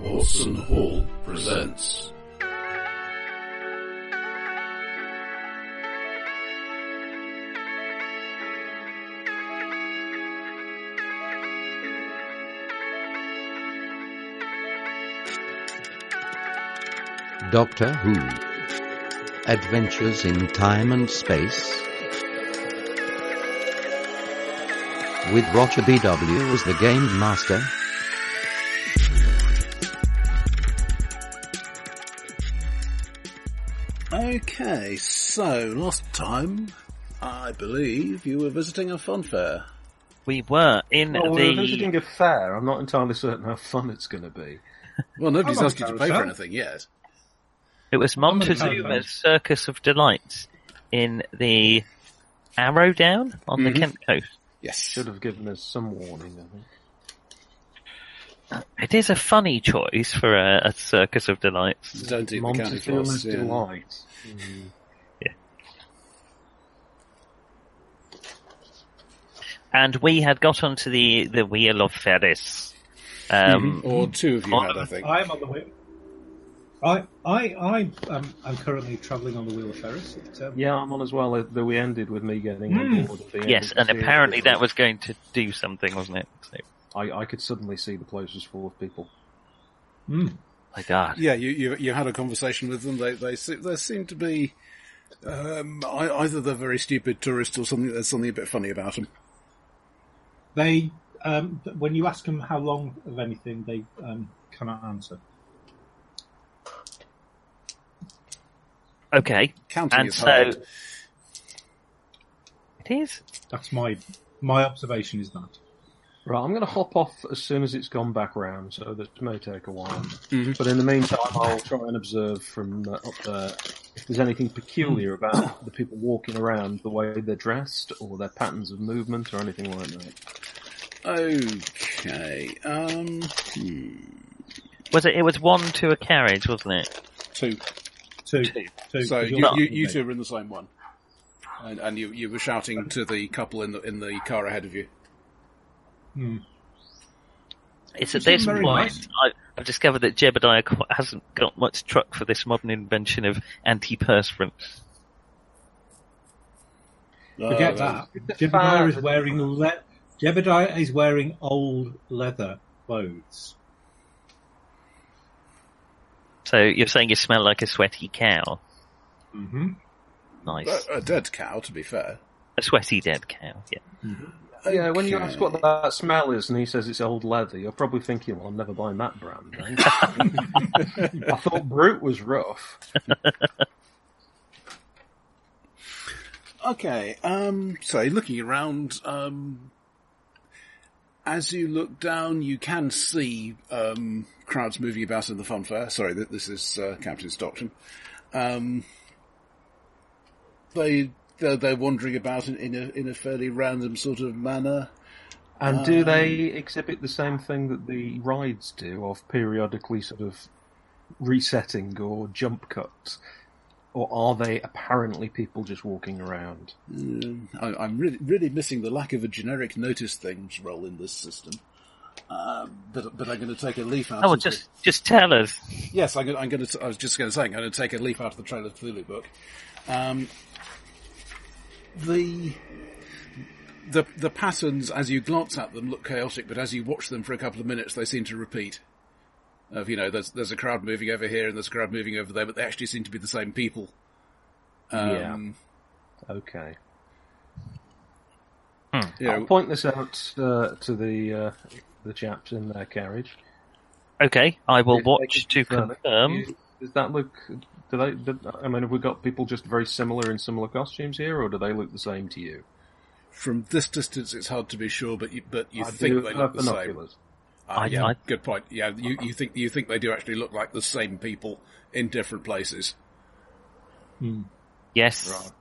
Watson Hall presents. Doctor Who Adventures in Time and Space with Roger BW as the Game Master Okay, so last time, I believe you were visiting a funfair. We were in Well, the. we're visiting a fair. I'm not entirely certain how fun it's going to be. Well, nobody's I'm asked you to pay for carousel. anything yet. It was Montezuma's Circus of Delights in the Arrow Down on Mm-hmm. the Kent coast. Yes. Should have given us some warning. I think. It is a funny choice for a, a Circus of Delights. Don't eat the candy Montefila's floss. Yeah. delight. Mm. And we had got onto the, the Wheel of Ferris. Mm-hmm. Um, Or two of you had, I think. I'm on the wheel. I, I, I, um, I'm currently travelling on the wheel of Ferris. But, um, Yeah, I'm on as well. Though we ended with me getting on board. At the end Yes, of the and series. apparently that was going to do something, wasn't it? So, I, I could suddenly see the place was full of people. my God. Yeah, you, you you had a conversation with them. They they se- there seemed to be um, I, either they're very stupid tourists or something. There's something a bit funny about them. They, um, th- when you ask them how long of anything, they um, cannot answer. Okay. Counting And is so. hard. It is? That's my my observation. Is that Right, I'm going to hop off as soon as it's gone back round, so that may take a while. But in the meantime, I'll try and observe from uh, up there if there's anything peculiar about the people walking around, the way they're dressed, or their patterns of movement, or anything like that. Okay. Um. hmm. Was it, it was one to a carriage, wasn't it? Two. two? Two. two So because you, you're- you, you two are in the same one, and, and you you were shouting to the couple in the in the car ahead of you. Hmm. It's at Isn't this very point nice? I, I've discovered that Jebediah qu- hasn't got much truck for this modern invention of antiperspirant. Forget Uh, that. Jebediah is wearing le- Jebediah is wearing old leather clothes. So you're saying you smell like a sweaty cow? Mm-hmm. Nice, Well, A dead cow, to be fair. a sweaty dead cow. Yeah. Yeah, when you Okay. ask what that smell is and he says it's old leather, you're probably thinking, well, I'm never buying that brand. eh? I thought Brute was rough. Okay, um, so looking around, um, as you look down, you can see um, crowds moving about in the funfair. Sorry, th- this is uh, Captain Stockton. Um, they they're, they're wandering about in, in a in a fairly random sort of manner. And do they exhibit the same thing that the rides do of periodically sort of resetting or jump cuts? Or are they apparently people just walking around? Um, I, I'm really really missing the lack of a generic notice things role in this system. Um, but but I'm going to take a leaf out. Oh, well, of the- just just tell us. Yes, I'm going, I'm going to. I was just going to say, I'm going to take a leaf out of the Trail of Cthulhu book. Um, the the the patterns as you glance at them look chaotic, but as you watch them for a couple of minutes, they seem to repeat. Of you know, there's there's a crowd moving over here and there's a crowd moving over there, but they actually seem to be the same people. Um, Okay. you know, I'll point this out uh, to the uh, the chaps in their carriage. Okay, I will If they watch to can confirm it. confirm. You- Does that look? Do they? Do, I mean, have we got people just very similar in similar costumes here, or do they look the same to you? from this distance, it's hard to be sure, but you, but you I do think they have look the same. binoculars. Ah, I- yeah, I- good point. Yeah, you, you think you think they do actually look like the same people in different places. Yes, Right.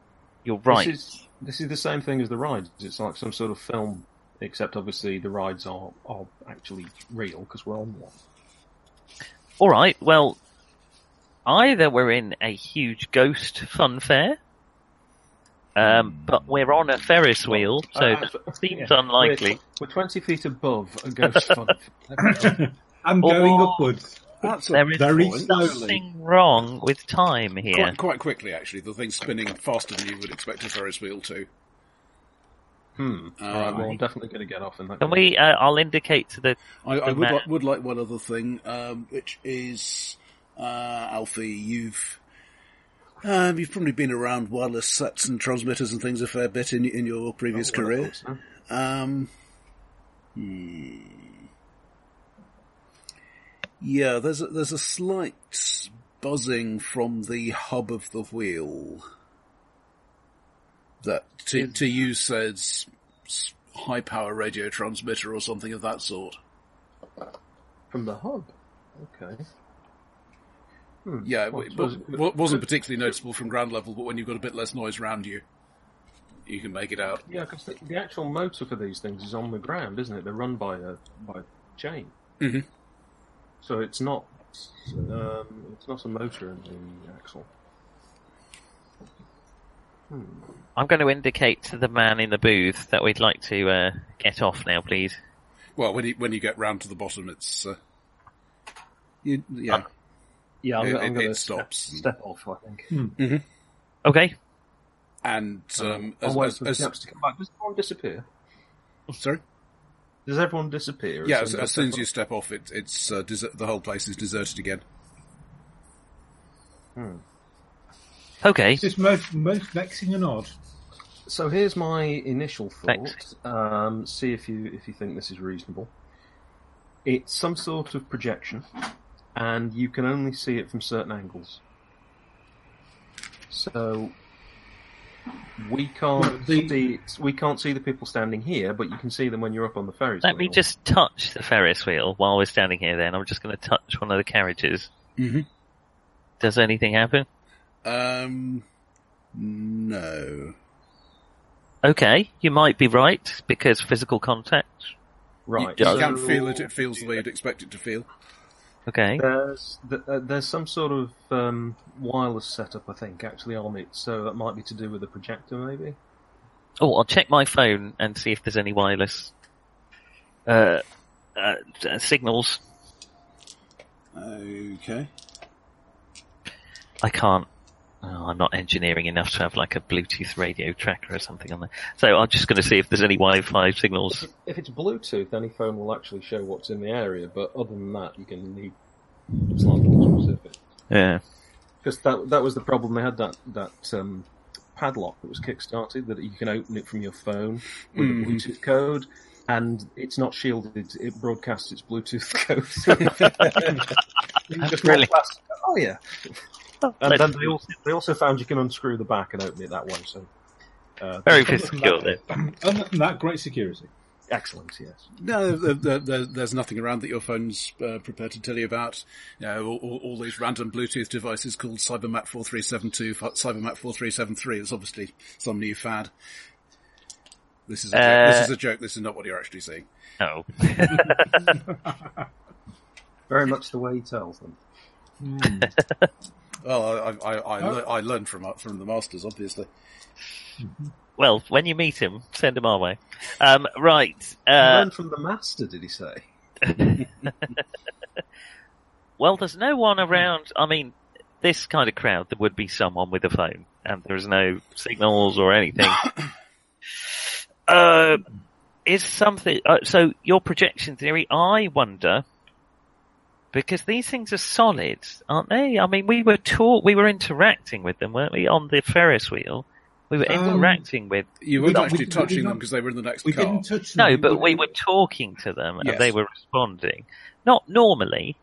you're right. This is, this is the same thing as the rides. It's like some sort of film, except obviously the rides are are actually real because we're on one. All right. Well, either we're in a huge ghost fun fair, Hmm. um, but we're on a Ferris wheel, so Uh, that seems yeah. unlikely. We're, we're twenty feet above a ghost fund. I'm going Or- upwards. That's a There is very slowly. something wrong with time here. Quite, quite quickly, actually, the thing's spinning faster than you would expect a Ferris wheel to. Hmm. Um, Alright, well, I'm definitely going to get off in that. Can case. we? Uh, I'll indicate to the. I, I the would, man. like, would like one other thing, um, which is, uh, Alfie, you've, um, you've probably been around wireless sets and transmitters and things a fair bit in, in your previous Oh, Well, I career. thought so. Um, hmm. Yeah, there's a, there's a slight buzzing from the hub of the wheel that to, to use said high power radio transmitter or something of that sort. From the hub. Okay. Hmm. Yeah, it, Well, it I suppose wa- it- wa- wasn't particularly noticeable from ground level, but when you've got a bit less noise around you, you can make it out. Yeah, because the, the actual motor for these things is on the ground, isn't it? They're run by a by a chain, Mhm. so it's not um, it's not a motor in the axle. I'm going to indicate to the man in the booth that we'd like to uh, get off now, please. Well, when you when you get round to the bottom, it's uh, you, yeah. It- Yeah, I'm, it- I'm it going to step, stops. step off. I think. Okay. And um, I'll as, wait as, for the as- oh, chaps to come back. Does everyone disappear? sorry, Does everyone disappear? yeah, as, soon as soon as I you step off, it, it's uh, desert, the whole place is deserted again. Okay. This is most, most vexing and odd. step off? So here's my initial Thanks. thought. Um, see if you if you think this is reasonable. It's some sort of projection, and you can only see it from certain angles. So we can't the- see we can't see the people standing here, but you can see them when you're up on the ferry. Let me just touch the Ferris wheel while we're standing here. Then I'm just going to touch one of the carriages. Mhm. Does anything happen? Um, no, Okay, you might be right because physical contact. right. you, you so- can feel it. It feels the way you'd expect it to feel. Okay. There's th- uh, there's some sort of um, wireless setup, I think, actually on it. So that might be to do with the projector, maybe. Oh, I'll check my phone and see if there's any wireless uh, uh, uh, signals. Okay. I can't. Oh, I'm not engineering enough to have like a Bluetooth radio tracker or something on there. So I'm just going to see if there's any Wi-Fi signals. If it's Bluetooth, any phone will actually show what's in the area. But other than that, you can need slightly more specific. Yeah. Because that that was the problem. They had that that um, padlock that was kickstarted that you can open it from your phone with a Bluetooth code, and it's not shielded. It broadcasts its Bluetooth code. You just walk Brilliant. past, oh yeah. And Let's- then they also, they also found you can unscrew the back and open it that way. So uh, Very physical then. Other than that, great security. excellent, yes. No, there, there, there- there's nothing around that your phone's uh, prepared to tell you about. You know, all, all, all these random Bluetooth devices called CyberMat 4372, fi- CyberMat 4373. It's obviously some new fad. This is a Uh, joke. This is a joke. This is not what you're actually seeing. Oh. Very much the way he tells them. Well, I, I, I, Oh. I, lear- I learned from uh, from the masters, obviously. Well, when you meet him, send him our way. Um, right. Uh, Learn from the master, did he say? well, there's no one around. I mean, this kind of crowd, there would be someone with a phone, and there's no signals or anything. uh, is something? Uh, so your projection theory? I wonder because these things are solid, aren't they? I mean, we were taught, we were interacting with them, weren't we, on the Ferris wheel? We were Um, interacting with You weren't didn't- actually we- we touching did them not- because they were in the next We car. didn't touch them. No, but we were talking to them Yes. and they were responding. Not normally,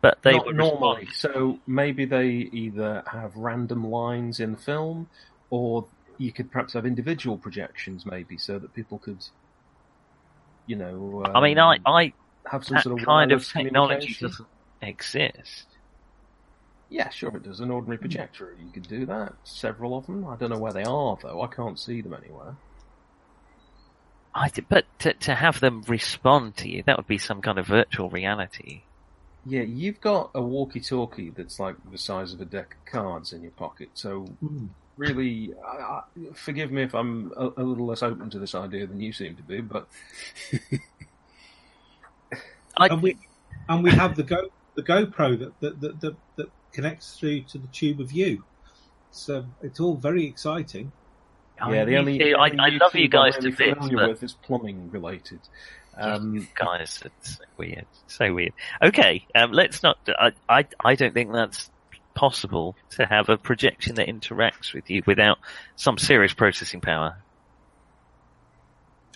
but they Not were normally. responding. So maybe they either have random lines in the film, or you could perhaps have individual projections, maybe, so that people could, you know. Um, I mean, I, I have some that sort of kind of wireless technology communication. doesn't exist. Yeah, sure it does. An ordinary projector, you could do that. Several of them. I don't know where they are though. I can't see them anywhere. I d but to, to have them respond to you, that would be some kind of virtual reality. Yeah, you've got a walkie-talkie that's like the size of a deck of cards in your pocket. So really, I, I, forgive me if I'm a, a little less open to this idea than you seem to be, but I, And we, and we have the go. the GoPro that that, that, that that connects through to the tube of you. So it's all very exciting. yeah, I the only, need to- I, I love you guys I'm to really bits, familiar but with is plumbing related. um, Um, guys, it's so weird, so weird. Okay, um, let's not. I, I, I don't think that's possible to have a projection that interacts with you without some serious processing power.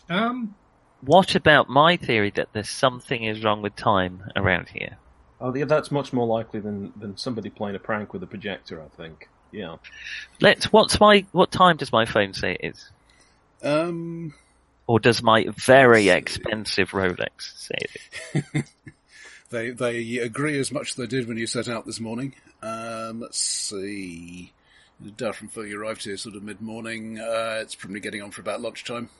Um, What about my theory that there's something is wrong with time around here? oh, yeah, that's much more likely than, than somebody playing a prank with a projector. I think. Yeah, Let's. What's my? What time does my phone say it is? Um, Or does my very expensive Rolex say it? is? they they agree as much as they did when you set out this morning. Um, let's see. Darfur you arrived here sort of mid morning. Uh, it's probably getting on for about lunchtime.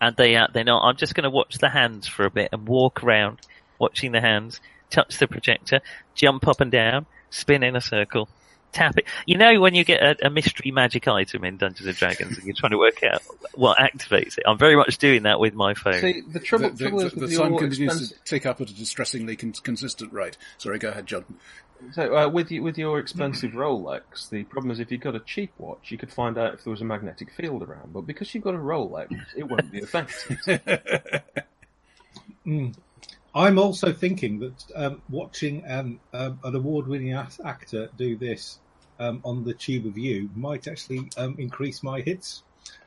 And they uh, they know I'm just going to watch the hands for a bit and walk around, watching the hands, touch the projector, jump up and down, spin in a circle, tap it. You know when you get a, a mystery magic item in Dungeons and Dragons and you're trying to work out what activates it. I'm very much doing that with my phone. See, the trouble, The, the- trouble is the- with the your time continues to expensive- tick up at a distressingly con- consistent rate. Sorry, go ahead, John. So, uh, with you, with your expensive Rolex, the problem is if you got a cheap watch, you could find out if there was a magnetic field around. But because you've got a Rolex, it won't be affected. I'm also thinking that um, watching an, um, an award-winning act- actor do this um, on the tube of you might actually um, increase my hits.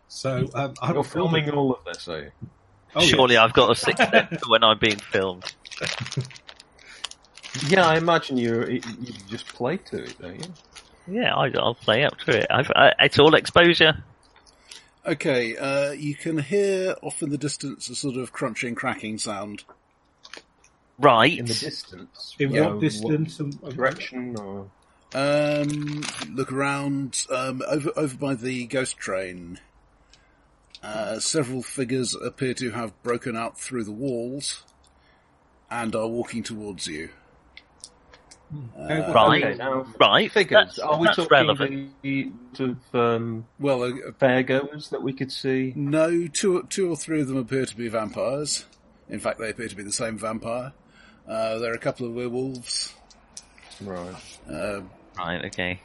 So um, I'm You're filming all of this, are you? Oh, Surely yes. I've got a sixth sense when I'm being filmed. Yeah, I imagine you you just play to it, don't you? Yeah, I, I'll play up to it. I've, I, it's all exposure. Okay, uh, you can hear off in the distance a sort of crunching, cracking sound. Right. In the distance. In you know, what distance? and- uh, direction or Um, look around um, over over by the ghost train. Uh, several figures appear to have broken out through the walls and are walking towards you. Right. Okay, now, right. figures. That's- are we that's talking relevant. the sort of um, Well, uh, fairgoers that we could see? no, two two or three of them appear to be vampires. In fact, they appear to be the same vampire. Uh, there are a couple of werewolves. Right. Uh, Right, okay.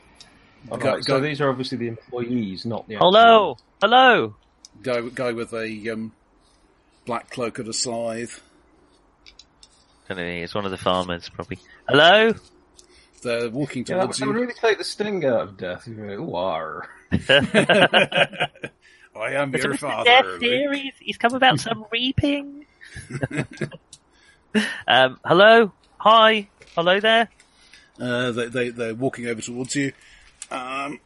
All Go- right, so go- these are obviously the employees, not the. Hello! Hello! guy guy with a um, black cloak and a scythe. Don't know, it's one of the farmers, probably. Hello? They're walking Yeah, that would towards that would you. really take the sting out of death. if it- Ooh, arr. I am It's your a father. Death Luke. theory. He's- He's come about some reaping. um, hello? Hi? Hello there? Uh, they, they, they're walking over towards you. Um,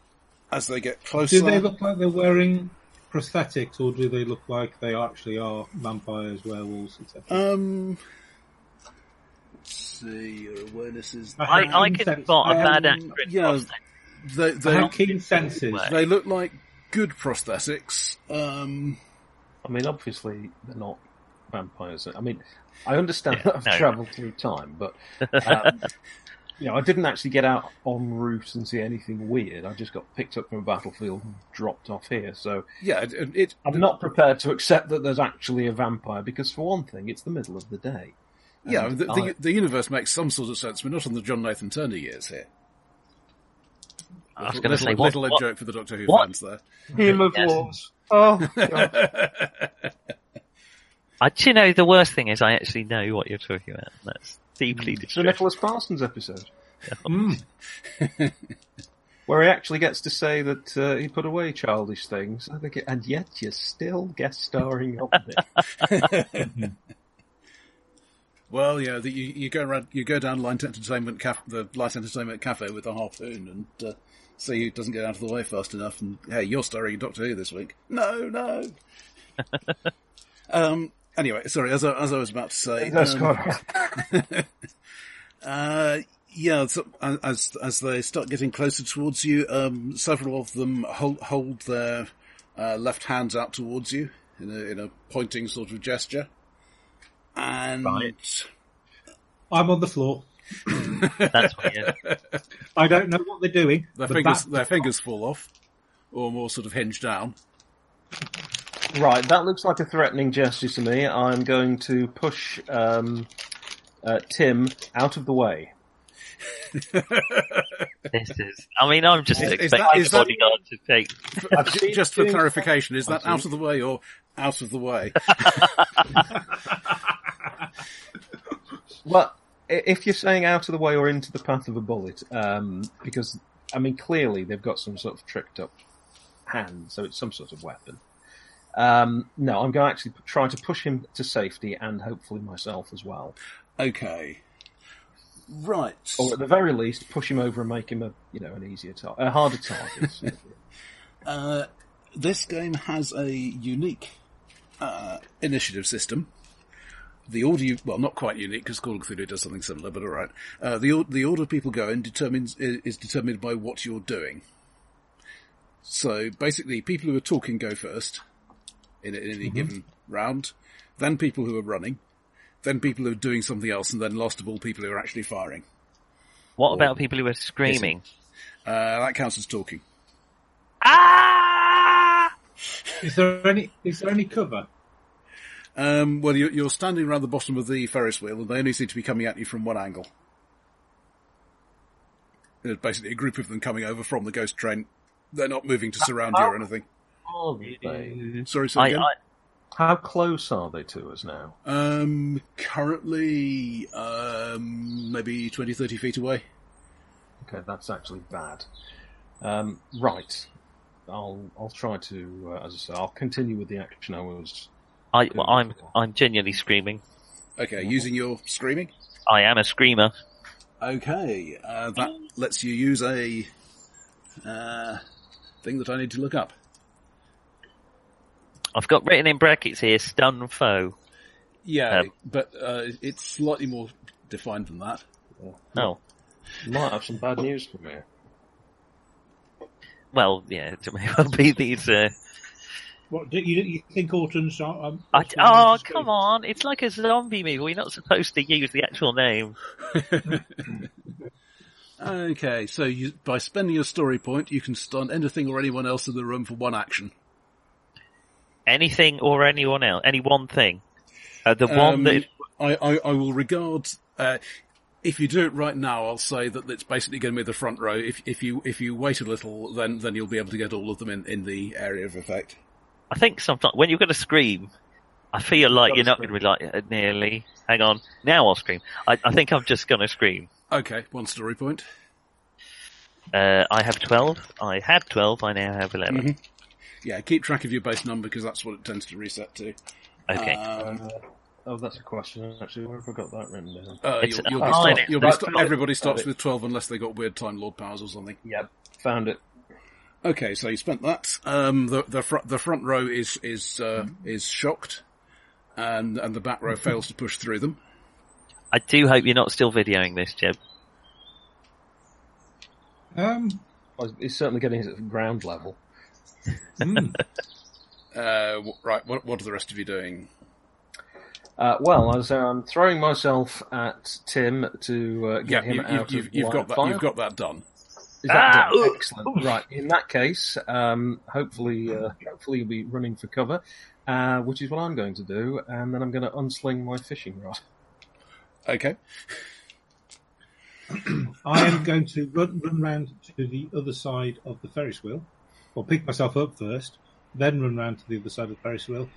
as they get closer, Do they look like they're wearing prosthetics, or do they look like they actually are vampires, werewolves, Uh, etc.? um, let's see, your awareness is. I, have I keen can sense- spot a I have- bad actor in Um, yeah. prosthetics. They, I they, have keen senses. they look like good prosthetics. Um, I mean, obviously they're not vampires. I mean, I understand Yeah, that I've no. travelled through time, but um, you know, I didn't actually get out en route and see anything weird. I just got picked up from a battlefield and dropped off here. So yeah, it, it, I'm not prepared to accept that there's actually a vampire because, for one thing, it's the middle of the day. yeah, And the, the, I- the universe makes some sort of sense. We're not on the John Nathan Turner years here. I was Little- going to say, little, what, little what- a joke for the Doctor Who what? fans there. Team of Yes. wolves. Oh, I, do you know, the worst thing is I actually know what you're talking about. That's Hmm. deeply It's the distressing. Nicholas Parsons episode. Hmm. Where he actually gets to say that uh, he put away childish things, I think, it- and yet you're still guest starring on it. Well, yeah, the, you, you go around, you go down Light Entertainment Cafe, the Light Entertainment Cafe with a harpoon, and uh, see who doesn't get out of the way fast enough. And hey, you're starring in Doctor Who this week. No, no. um. Anyway, sorry. As I, as I was about to say, That's um, quite- uh, yeah. So, uh, as as they start getting closer towards you, um, several of them hold hold their uh, left hands out towards you in a in a pointing sort of gesture, and. I'm on the floor. That's weird. I don't know what they're doing. Their The fingers, bat- their fingers fall off, or more sort of hinge down. Right, that looks like a threatening gesture to me. I'm going to push um, uh, Tim out of the way. This is. I mean, I'm just Is- is expecting that- is the that- bodyguard to take. I've J- seen Just for doing- clarification, is that out of the way or out of the way? Well, i- if you're saying out of the way or into the path of a bullet, um, because I mean, clearly they've got some sort of tricked up hand, so it's some sort of weapon. Um, no, I'm going to actually try to push him to safety and hopefully myself as well, Okay. Right. or at the very least, push him over and make him a you know an easier target, a harder target. Uh, this game has a unique uh, initiative system. The order, you, well, not quite unique because Call of Cthulhu does something similar, but all right. Uh, the or- the order people go in determines i- is determined by what you're doing. So basically, people who are talking go first in, in any given round, then people who are running, then people who are doing something else, and then last of all, people who are actually firing. Oh. What about people who are screaming? Uh, that counts as talking. Ah! Is there any? Is there any cover? Um, well, you're, you're standing around the bottom of the Ferris wheel, and they only seem to be coming at you from one angle. There's basically a group of them coming over from the ghost train. They're not moving to surround you or anything. Oh, Are they? Sorry, say I, again. I, How close are they to us now? Um, currently, um, maybe 20, 30 feet away. Okay, that's actually bad. Um, right, I'll I'll try to, uh, as I say, I'll continue with the action I was. I, well, I'm, I'm genuinely screaming. Okay, using your screaming. I am a screamer. Okay, uh, that lets you use a uh, thing that I need to look up. I've got written in brackets here, stun foe. Yeah, Um, but uh, it's slightly more defined than that. Oh. You might have some bad news for me. Well, yeah, it may well be these, uh, What do you, you think? Autumn's? Um, I, oh, come on. It's like a zombie movie. We're not supposed to use the actual name. Okay, so you, by spending a story point, you can stun anything or anyone else in the room for one action. Anything or anyone else. Any one thing. Uh, the Um, one that. I, I, I will regard. Uh, if you do it right now, I'll say that it's basically going to be the front row. If if you if you wait a little, then then you'll be able to get all of them in, in the area of effect. I think sometimes when you're going to scream, I feel like you're not going to be like, uh, nearly. Hang on. Now I'll scream. I, I think I'm just going to scream. Okay, one story point. Uh, I have 12. I had 12. I now have 11. Yeah, keep track of your base number because that's what it tends to reset to. Okay. Um, Oh, that's a question. Actually, where have I got that written down? uh, It's you'll, an you'll be outline. start, you'll be That's sta- not- everybody starts it. with twelve unless they got weird time lord powers or something. Yep, found it. Okay, so you spent that. Um, the the front the front row is is uh, is shocked, and and the back row fails to push through them. I do hope you're not still videoing this, Jeb. Um, Well, It's certainly getting it at ground level. mm, Uh, w- right, what what are the rest of you doing? Uh, well, as I say, I'm throwing myself at Tim to uh, Yeah, get him you, you, out you've of you've line got of that fire. you've got that done. Is that Ah, done? oof, Excellent. Right. In that case, um, hopefully, uh, hopefully you'll be running for cover, uh, which is what I'm going to do, and then I'm going to unsling my fishing rod. Okay, I am going to run run round to the other side of the Ferris wheel, or pick myself up first, then run round to the other side of the Ferris wheel,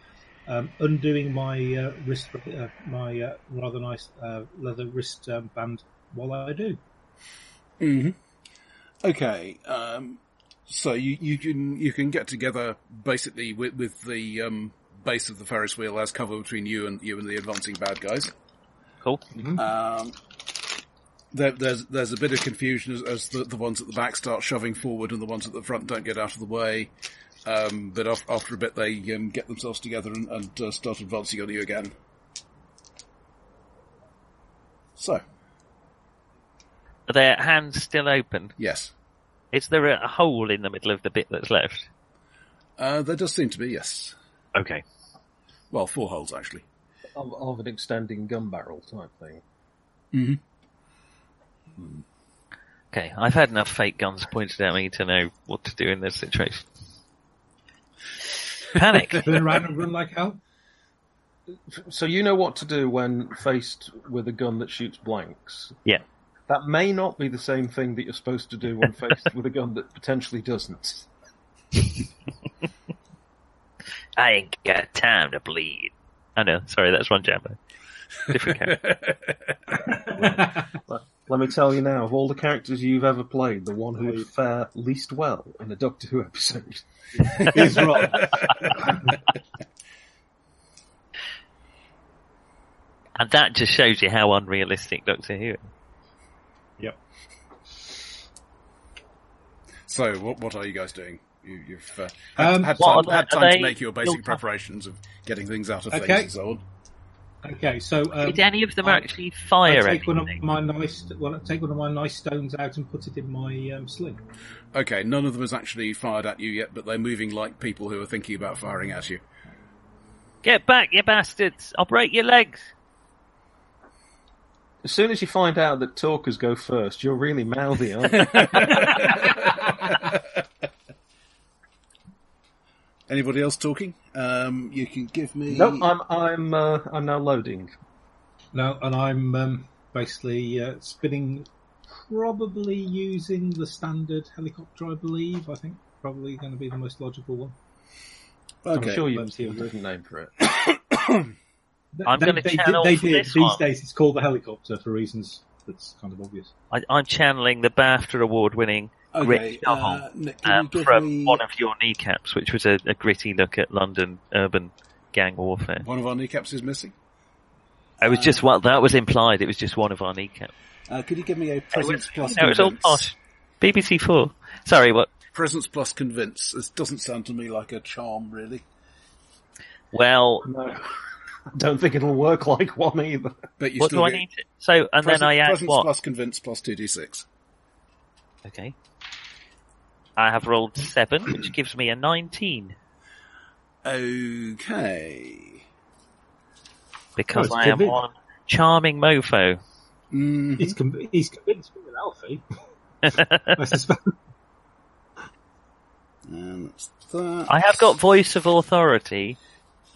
um, undoing my uh, wrist, uh, my uh, rather nice uh, leather wrist um, band. While I do, okay. Um, so you, you can you can get together basically with with the um, base of the Ferris wheel as cover between you and you and the advancing bad guys. Cool. Mm-hmm. Um, there, there's there's a bit of confusion as, as the, the ones at the back start shoving forward and the ones at the front don't get out of the way. Um, but af- after a bit, they um, get themselves together and, and uh, start advancing on you again. So Are their hands still open? yes, Is there a hole in the middle of the bit that's left? uh, there does seem to be yes. Okay. Well, four holes actually. Of, of an extending gun barrel type thing. Okay. I've had enough fake guns pointed at me to know what to do in this situation. Panic. turn around and run like hell. so you know what to do when faced with a gun that shoots blanks. Yeah. That may not be the same thing that you're supposed to do when faced with a gun that potentially doesn't. I ain't got time to bleed. I know. Sorry, that's one Jambo. Different character. Let me tell you now, of all the characters you've ever played, the one who would fare least well in a Doctor Who episode. Is Rob. and that just shows you how unrealistic Doctor Who. is. yep. So, what what are you guys doing? You, you've uh, had, Um, had What time, are they- had are time they- to make your you'll- basic preparations of getting things out of Okay. things and so on. Okay, so um, Did any of them I- actually I fire take one of anything? my nice, well, I take one of my nice stones out and put it in my um, sling. Okay, none of them has actually fired at you yet, but they're moving like people who are thinking about firing at you. Get back, you bastards! I'll break your legs. As soon as you find out that talkers go first, you're really mouthy, aren't you? Anybody else talking? Um, you can give me. no, I'm I'm uh, I'm now loading. No, and I'm um, basically uh, spinning, probably using the standard helicopter, I believe. I think probably going to be the most logical one. I'm okay. sure you let's must see have what a different name for it. They- I'm they- gonna they did- channel They for did. this These one. days it's called the helicopter for reasons that's kind of obvious. I, I'm channeling the BAFTA award-winning Okay, Rick Novel uh, Nick, can um, you give from me one of your kneecaps, which was a, a gritty look at London urban gang warfare. one of our kneecaps is missing? It was just what that was implied. It was just one of our kneecaps. Uh, could you give me a It presence was, plus no, it was all convince? posh. BBC Four. Sorry, what? Presence plus convince. This doesn't sound to me like a charm, really. Well, No. Don't think it'll work like one either. But you what still do I get need? To, so, and presence, then I add presence what? plus convince plus two d six. Okay. I have rolled seven, which gives me a nineteen Okay. because Oh, I it's am good. one charming mofo. Mm, He's, con- he's convinced me with Alfie. I suspect. and that's that. I have got voice of authority.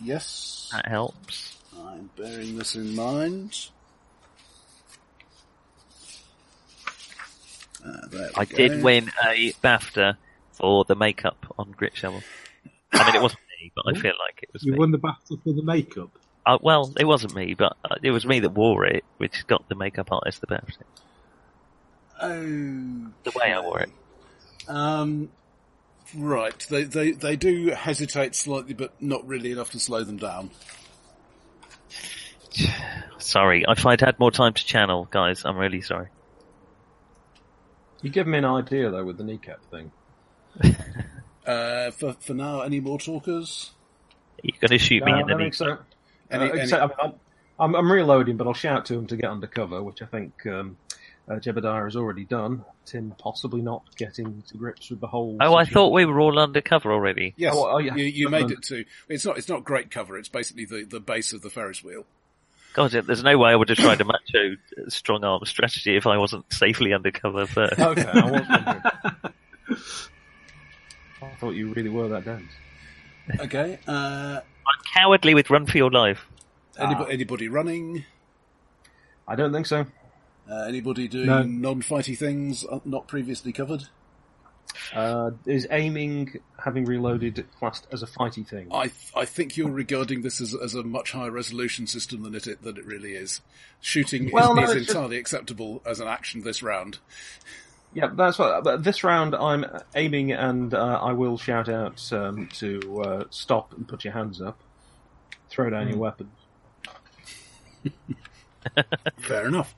Yes, That helps. I'm bearing this in mind. Uh, there we I go. did win a BAFTA for the makeup on Grit Shovel. I mean, it wasn't me, but I feel like it was You me. won the battle for the makeup. Uh, well, it wasn't me, but uh, it was me that wore it, which got the makeup artist the BAFTA. Oh, The way I wore it. Um, right. They, they they do hesitate slightly, but not really enough to slow them down. Sorry, if I'd had more time to channel, guys, I'm really sorry. You give me an idea though with the kneecap thing. Uh, for for now, any more talkers? You're going to shoot me in the Uh, I knee. think so. Any, Uh, any- oh, except, I mean, I'm, I'm, I'm reloading, but I'll shout to him to get undercover, which I think um, uh, Jebediah has already done. Tim possibly not getting to grips with the whole. Oh, I situation. thought we were all undercover already. Yes, Oh, oh, yeah. you, you made Um, it to. It's not. It's not great cover. It's basically the, the base of the Ferris wheel. God, there's no way I would have tried a macho uh, strong arm strategy if I wasn't safely undercover first. Okay, I was wondering. I thought you really were that dense. Okay. Uh, ah. I'm cowardly with run for your life. anybody, anybody running? I don't think so. Uh, anybody doing No. non-fighty things uh, not previously covered? Uh, is aiming, having reloaded, classed as a fighty thing? Oh. I th- I think you're regarding this as as a much higher resolution system than it than it really is. Shooting Well, no, is, it's is just- entirely acceptable as an action this round. Yeah, that's what. But this round, I'm aiming, and uh, I will shout out um, to uh, stop and put your hands up. Throw down Hmm. your weapon. Fair enough.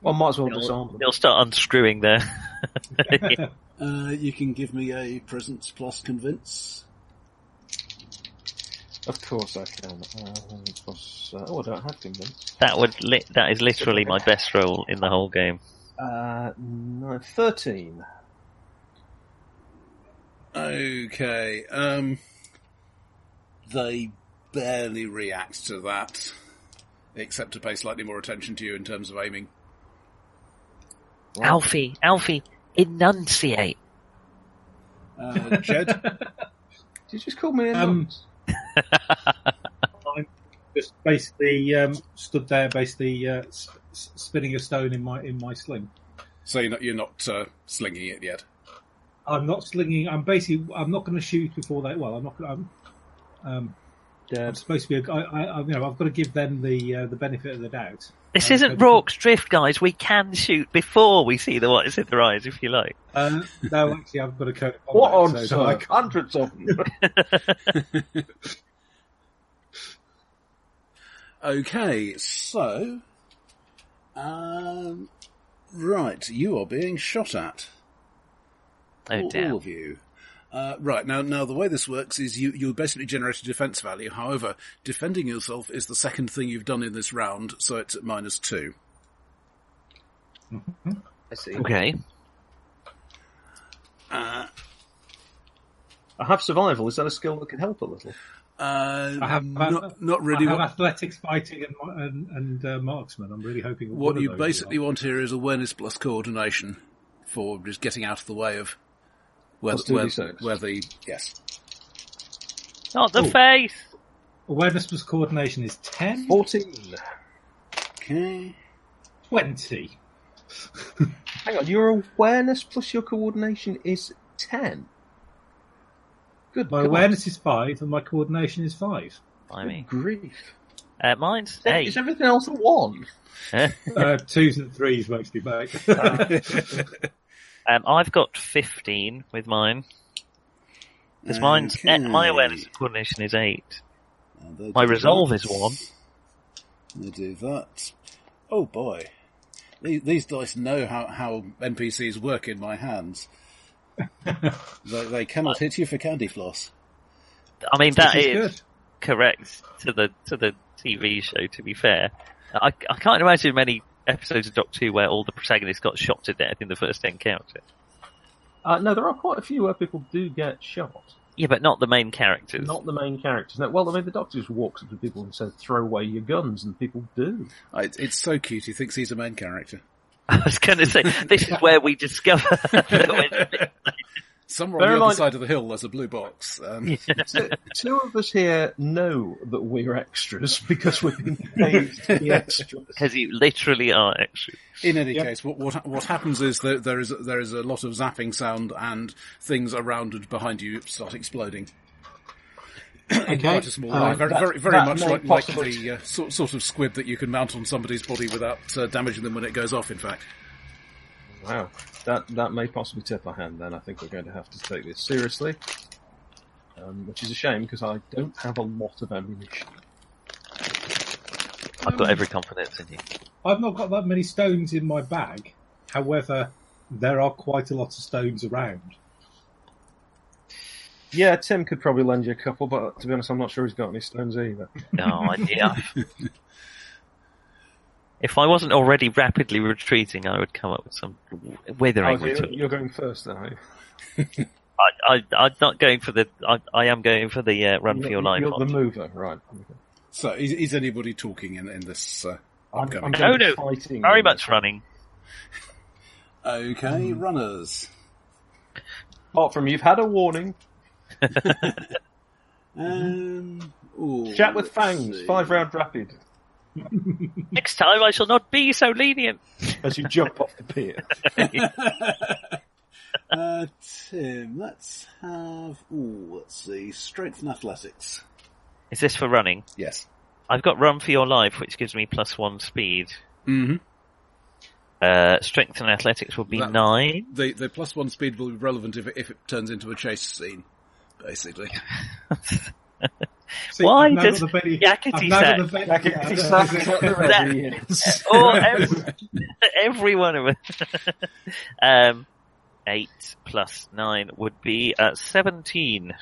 Well, might as well disarm them. They'll start unscrewing there. Uh, you can give me a presence plus convince. Of course, I can. Uh, of course, uh, oh, I don't have fingers. that would li- that is literally my best roll in the whole game. Uh, no, thirteen. Okay. Um, they barely react to that, except to pay slightly more attention to you in terms of aiming. Alfie, Alfie, enunciate. Uh, Jed, Did you just call me? a Um, nonce? I'm just basically um, stood there, basically uh, s- s- spinning a stone in my in my sling. So you're not, you're not uh, slinging it yet. I'm not slinging. I'm basically. I'm not going to shoot before they. Well, I'm not. gonna- I'm, um, I'm Dead. supposed to be. A, I, I, I, you know, I've got to give them the uh, the benefit of the doubt. This Uh, isn't okay. Rourke's Drift, guys. We can shoot before we see the what is in their eyes, if you like. Uh, no, actually, I've got a code. of What on, conduct, sir? so- so I can't- Hundreds of them. Okay, so, um, right, you are being shot at. Oh, all, damn. all of you. Uh, right now, now the way this works is you you basically generate a defense value. However, defending yourself is the second thing you've done in this round, so it's at minus two. I see. Okay. I have survival. Is that a skill that can help a little? Uh, I have- not not really I have what athletics, fighting, and mar- and, and uh, marksman. I'm really hoping. one what of you those basically will. want here is awareness plus coordination for just getting out of the way of where Plus where, 2d6. where the yes Not the face! awareness plus coordination is 10? 14. okay 20. Hang on, your awareness plus your coordination is 10. Good. My God. awareness is five, and my coordination is five. By Good me. grief. Uh, mine's eight. Is everything else a 1? Uh, twos and threes mostly, mate. Um, I've got 15 with mine. Because mine's, eh, Okay. my awareness and coordination is eight. And they My do resolve that. is one. They do that. Oh boy. These, these dice know how, how NPCs work in my hands. they, they cannot hit you for candy floss. I mean, that Which is, is good. correct to the, to the TV show, to be fair. I, I can't imagine many episodes of Doctor Who where all the protagonists got shot to death in the first encounter. Uh, no, there are quite a few where people do get shot. Yeah, but not the main characters. Not the main characters. No, well, I mean, the doctor just walks up to people and says, throw away your guns, and people do. Oh, It's, it's so cute, he thinks he's a main character. I was going to say, this is where we discover that we're- Somewhere Bear on in the other mind- side of the hill there's a blue box. Um, Two- Two of us here know that we're extras because we've been paid to be extras. because you literally are extra. in any case, what, what what happens is that there is there is a lot of zapping sound and things around and behind you start exploding. in quite a small Oh. Uh, way. Very, that- very, very that much may like, like possibly- the uh, sort, sort of squid that you can mount on somebody's body without uh, damaging them when it goes off, in fact. Wow, that that may possibly tip our hand. Then I think we're going to have to take this seriously, um, which is a shame because I don't have a lot of ammunition. I've got every confidence in you. I've not got that many stones in my bag. However, there are quite a lot of stones around. Yeah, Tim could probably lend you a couple, but to be honest, I'm not sure he's got any stones either. No idea. if I wasn't already rapidly retreating, I would come up with some withering Oh, you're, retort. you're going first, then, are you? I, I, I'm not going for the. I, I am going for the uh, run for your You're- life. You're the option. mover, right? okay. So, is, is anybody talking in, in this? Uh... I'm, I'm No, going no, fighting. Very much running. Okay, runners. Apart from you've had a warning. Um, ooh, Chat with let's fangs, see. five round rapid Next time, I shall not be so lenient. as you jump off the pier. Uh, Tim, let's have. Ooh, let's see. Strength and athletics. Is this for running? Yes. I've got run for your life, which gives me plus one speed. Mm-hmm. Uh, strength and athletics will be That- nine. The the plus one speed will be relevant if it, if it turns into a chase scene, basically. See, Why I've now does got the very- yakety I've now sack- got the very- Yakety yeah, sack the- at the ready, yes. or Oh, every, every one of us. um, eight plus nine would be uh, seventeen.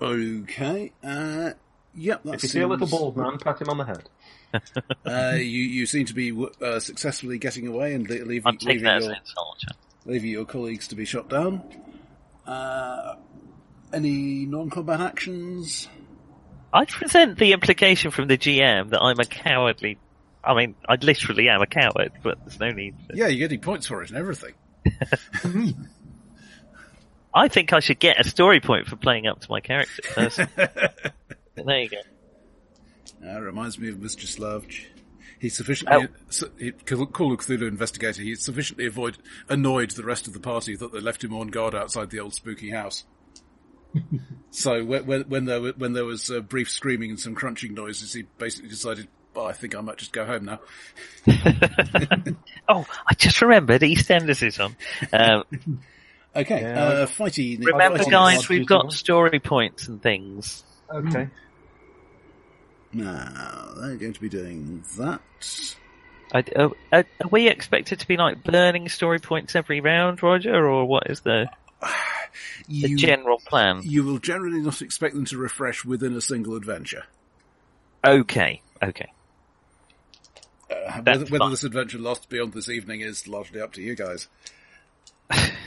Okay. Uh, yep. That If you see a little seems- bald man, pat him on the head. Uh, you you seem to be uh, successfully getting away and le- leaving I'm taking leaving that as your an insult. John. leaving your colleagues to be shot down. Uh, any non-combat actions? I'd present the implication from the GM that I'm a cowardly. I mean, I literally am a coward, but there's no need. For... Yeah, you're getting points for it and everything. I think I should get a story point for playing up to my character. personally. But there you go. Uh, reminds me of Mr. Slouch. He's sufficiently, Oh. su- he, Call Call of Cthulhu investigator, he sufficiently avoid, annoyed the rest of the party that they left him on guard outside the old spooky house. so when, when, when there, were- when there was uh, brief screaming and some crunching noises, he basically decided, oh, I think I might just go home now. Oh, I just remembered EastEnders is on. Um, Okay, Yeah. uh, fighty. remember, fighty- guys, we've got Odd. story points and things. Okay. Now, they're going to be doing that. I, uh, are are we expected to be like burning story points every round, Roger, or what is the, the You, general plan? you will generally not expect them to refresh within a single adventure. Okay, okay. Uh, That's whether, whether fine. this adventure lasts beyond this evening is largely up to you guys.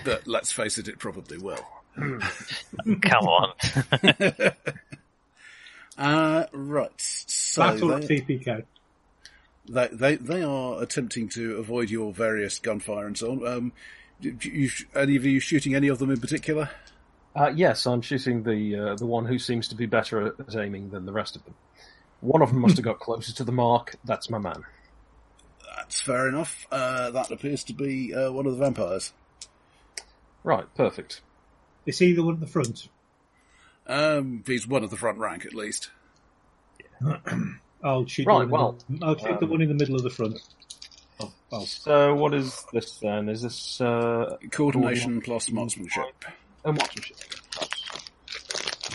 but let's face it, it probably will. Come on. Uh, right. So Battle they, TPK. they, they, they are attempting to avoid your various gunfire and so on. Um, do- do you, any of you shooting any of them in particular? Uh, yes, I'm shooting the uh, the one who seems to be better at aiming than the rest of them. One of them must have got closer to the mark. That's my man. That's fair enough. Uh, that appears to be uh, one of the vampires. Right, perfect. It's either one at the front. Um, he's one of the front rank at least. I'll shoot. Right, the one in the- I'll shoot the um, one in the middle of the front. Oh, oh. So, what is this then? Is this uh, Coordination plus marksmanship. a marksmanship?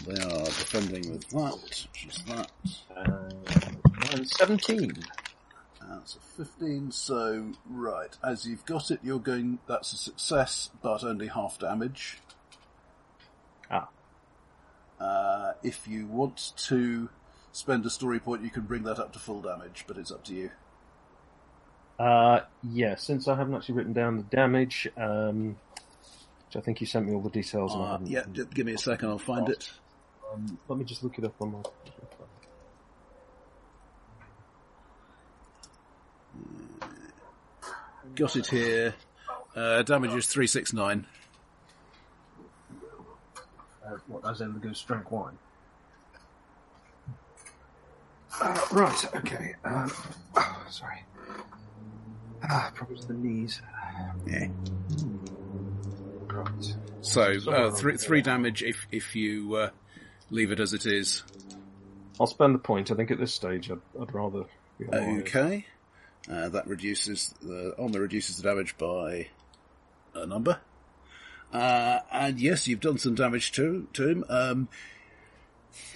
They are defending with that, which is that. Uh, and Seventeen. That's a 15, so, right. As you've got it, you're going, that's a success, but only half damage. Ah, Uh, if you want to spend a story point, you can bring that up to full damage, but it's up to you. uh, yeah. Since I haven't actually written down the damage, um, which I think you sent me all the details. and I Uh, haven't- yeah, just give me a second, I'll find it. Um, let me just look it up on my. Got it here. Uh, damage is 369. Uh, what, as in the goose drank wine? Uh, right, okay. Um, oh, sorry. Ah, problems with the knees. Yeah. Right. So, uh, three, three damage if, if you, uh, leave it as it is. I'll spend the point. I think at this stage I'd, I'd rather. be alive. Okay. Uh, that reduces the armor reduces the damage by a number. Uh, and yes, you've done some damage to to him. Um,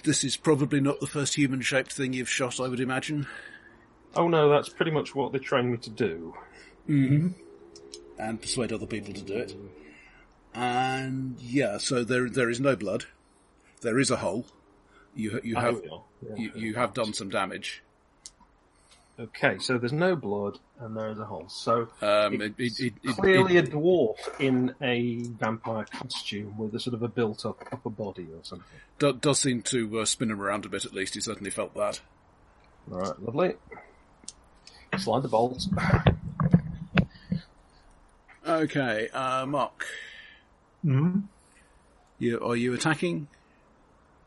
this is probably not the first human shaped thing you've shot, I would imagine. Oh no, that's pretty much what they trained me to do. And persuade other people to do it. And yeah, so there there is no blood. There is a hole. You ha- you Ah, have here we are. Yeah. you, you have done some damage. Okay, so there's no blood and there is a hole. So Um, it, it, it, it, clearly a dwarf in a vampire costume with a sort of a built-up upper body or something. do- does seem to uh, spin him around a bit. At least he certainly felt that. All right, lovely. Slide the bolt. Okay, uh, Mark, Mhm. you, are you attacking?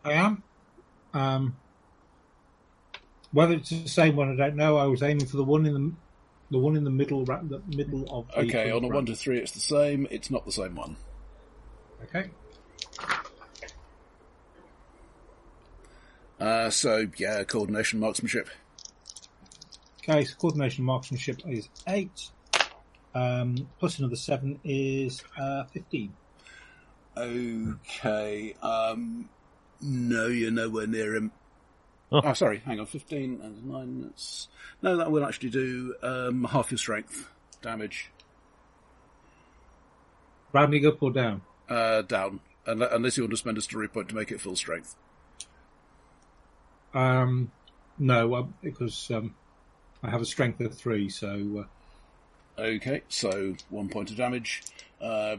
I am. Um, whether it's the same one, I don't know. I was aiming for the one in the the one in the middle, ra- the middle of. The Okay, on a front one to three, it's the same. It's not the same one. row. Okay. Uh, so yeah, coordination, marksmanship. Okay, so coordination marksmanship is eight. Um, plus another seven is uh, fifteen. Okay, um, no, you're nowhere near him. Oh. Oh, sorry, hang on, fifteen and nine. That's... No, that will actually do um, half your strength damage Rounding up or down? uh, down, unle- unless you want to spend a story point to make it full strength. Um, no, uh, because um, I have a strength of three, so uh, Okay, so one point of damage. Uh,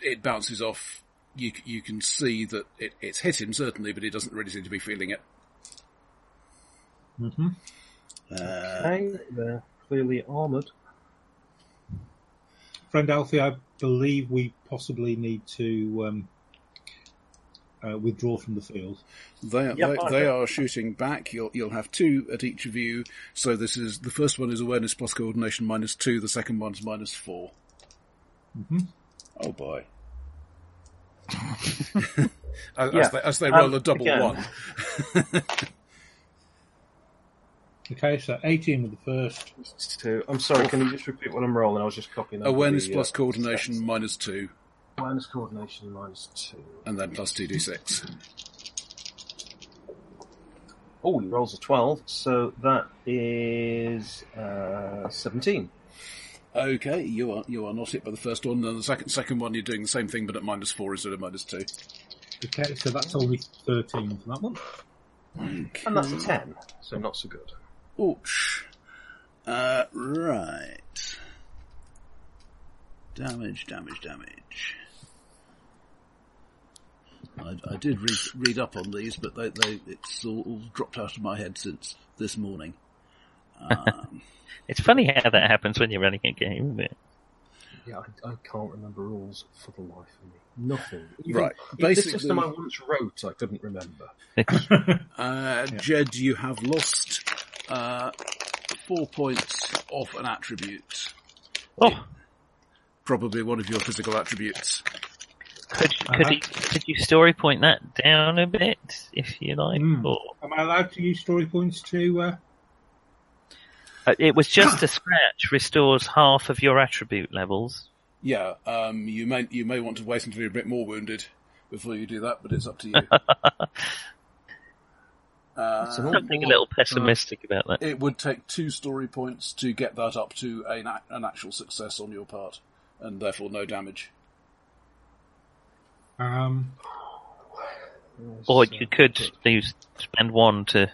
it bounces off. You c- you can see that it, it's hit him certainly, but he doesn't really seem to be feeling it. uh, hmm Uh, Okay, they're clearly armoured. friend Alfie, I believe we possibly need to um, uh, withdraw from the field. They are, they, they are shooting back. You'll you'll have two at each of you. So this is the first one is awareness plus coordination minus two. The second one's minus 4 Mm-hmm. Oh boy! as, as Yeah. they, as they Um, roll a double again. one, Okay, so 18 with the first. Two. I'm sorry, can you just repeat what I'm rolling? I was just copying. over awareness the, uh, plus coordination stats. minus two, Awareness coordination minus two. and then plus two d six. Oh, he rolls a 12, so that is uh, 17. Okay, you are you are not hit by the first one. And the second second one, you're doing the same thing, but at minus four instead of minus two. Okay, so that's only 13 for that one. And Hmm. that's a 10, so not so good. Ouch. Uh, right. Damage, damage, damage. I, I did read, read up on these, but they, they, it's all, all dropped out of my head since this morning. It's funny how that happens when you're running a game, isn't it? Yeah, I, I can't remember rules for the life of me. Nothing. Even- Right, even basically- The system I once wrote, I couldn't remember. Uh, Jed, you have lost, uh, four points off an attribute. Oh, Probably one of your physical attributes. could, could, you, could you story point that down a bit, if you like? Hmm. Or, Am I allowed to use story points to. Uh... uh, it was just a scratch restores half of your attribute levels. Yeah, um, you may, you may want to wait until you're a bit more wounded before you do that, but it's up to you. Uh, It's an awful Something a lot. uh, little pessimistic about that. it would take two story points to get that up to an, ac- an actual success on your part, and therefore no damage. Um, Or you could use spend one to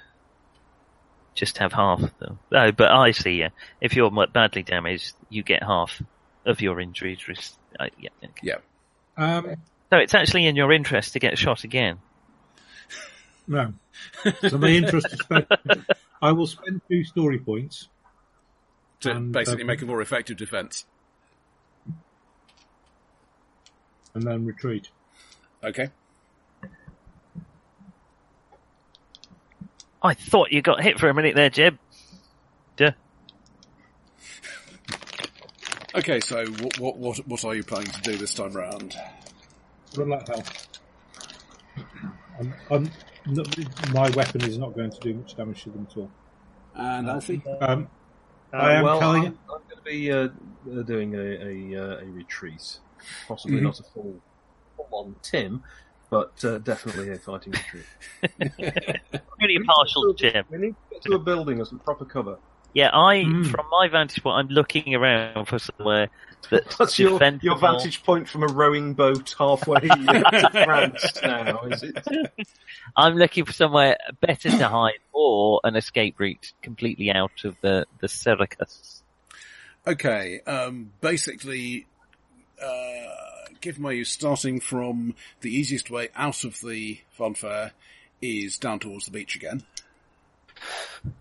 just have half of them. No, but I see. Yeah, if you're mu- badly damaged, you get half of your injuries. res- Uh, yeah. okay. Yeah. um, So it's actually in your interest to get shot again. no. So my interest is spent. I will spend two story points. To And, basically um, make a more effective defense. and then retreat. Okay. I thought you got hit for a minute there, Jeb. Duh. Okay, so what, what, what, what are you planning to do this time round? Run like hell. I'm, I'm not, um, my weapon is not going to do much damage to them at all. And Alfie? Um, Uh, I am well, telling I'm, I'm going to be uh, uh, doing a, a, uh, a retreat. Possibly not a full, full on Tim, but uh, definitely a fighting retreat. Really partial, to Jeb. We need to get to a building or some proper cover. Yeah, I, Hmm. from my vantage point, I'm looking around for somewhere that's, That's your, defendable. your vantage point from a rowing boat halfway to France now, is it? I'm looking for somewhere better to hide or an escape route completely out of the, the circus. Okay, um, basically, uh, given where you're starting from, the easiest way out of the funfair is down towards the beach again.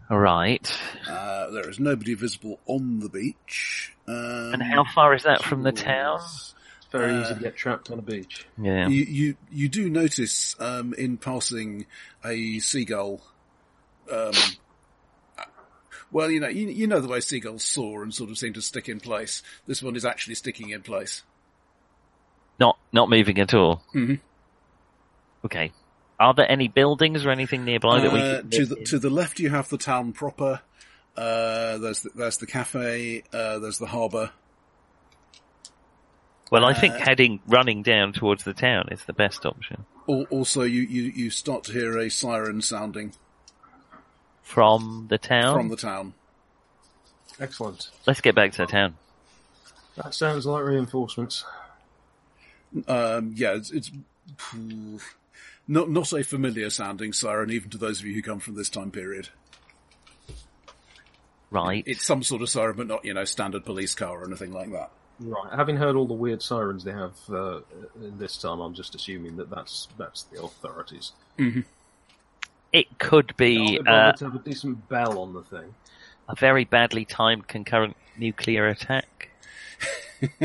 Right. Uh, there is nobody visible on the beach. Um, And how far is that from the town? It's very easy to get trapped on a beach. Yeah. You, you you do notice um, in passing a seagull. Um, well, you know you, you know the way seagulls soar and sort of seem to stick in place. This one is actually sticking in place. Not not moving at all. Mm-hmm. Okay. Are there any buildings or anything nearby that we Uh, could to the to the left, you have the town proper. Uh, there's the, there's the cafe. Uh, there's the harbour. Well, I uh, think heading running down towards the town is the best option. Al- Also, you, you, you start to hear a siren sounding From the town. from the town. Excellent. Let's get back to the town. That sounds like reinforcements. Um, yeah, it's, it's not not a familiar sounding siren, even to those of you who come from this time period. Right. It's some sort of siren, but not you know standard police car or anything like that. Right. Having heard all the weird sirens they have uh, in this time, I'm just assuming that that's that's the authorities. It could be I'd uh, rather to have a decent bell on the thing. a very badly timed concurrent nuclear attack.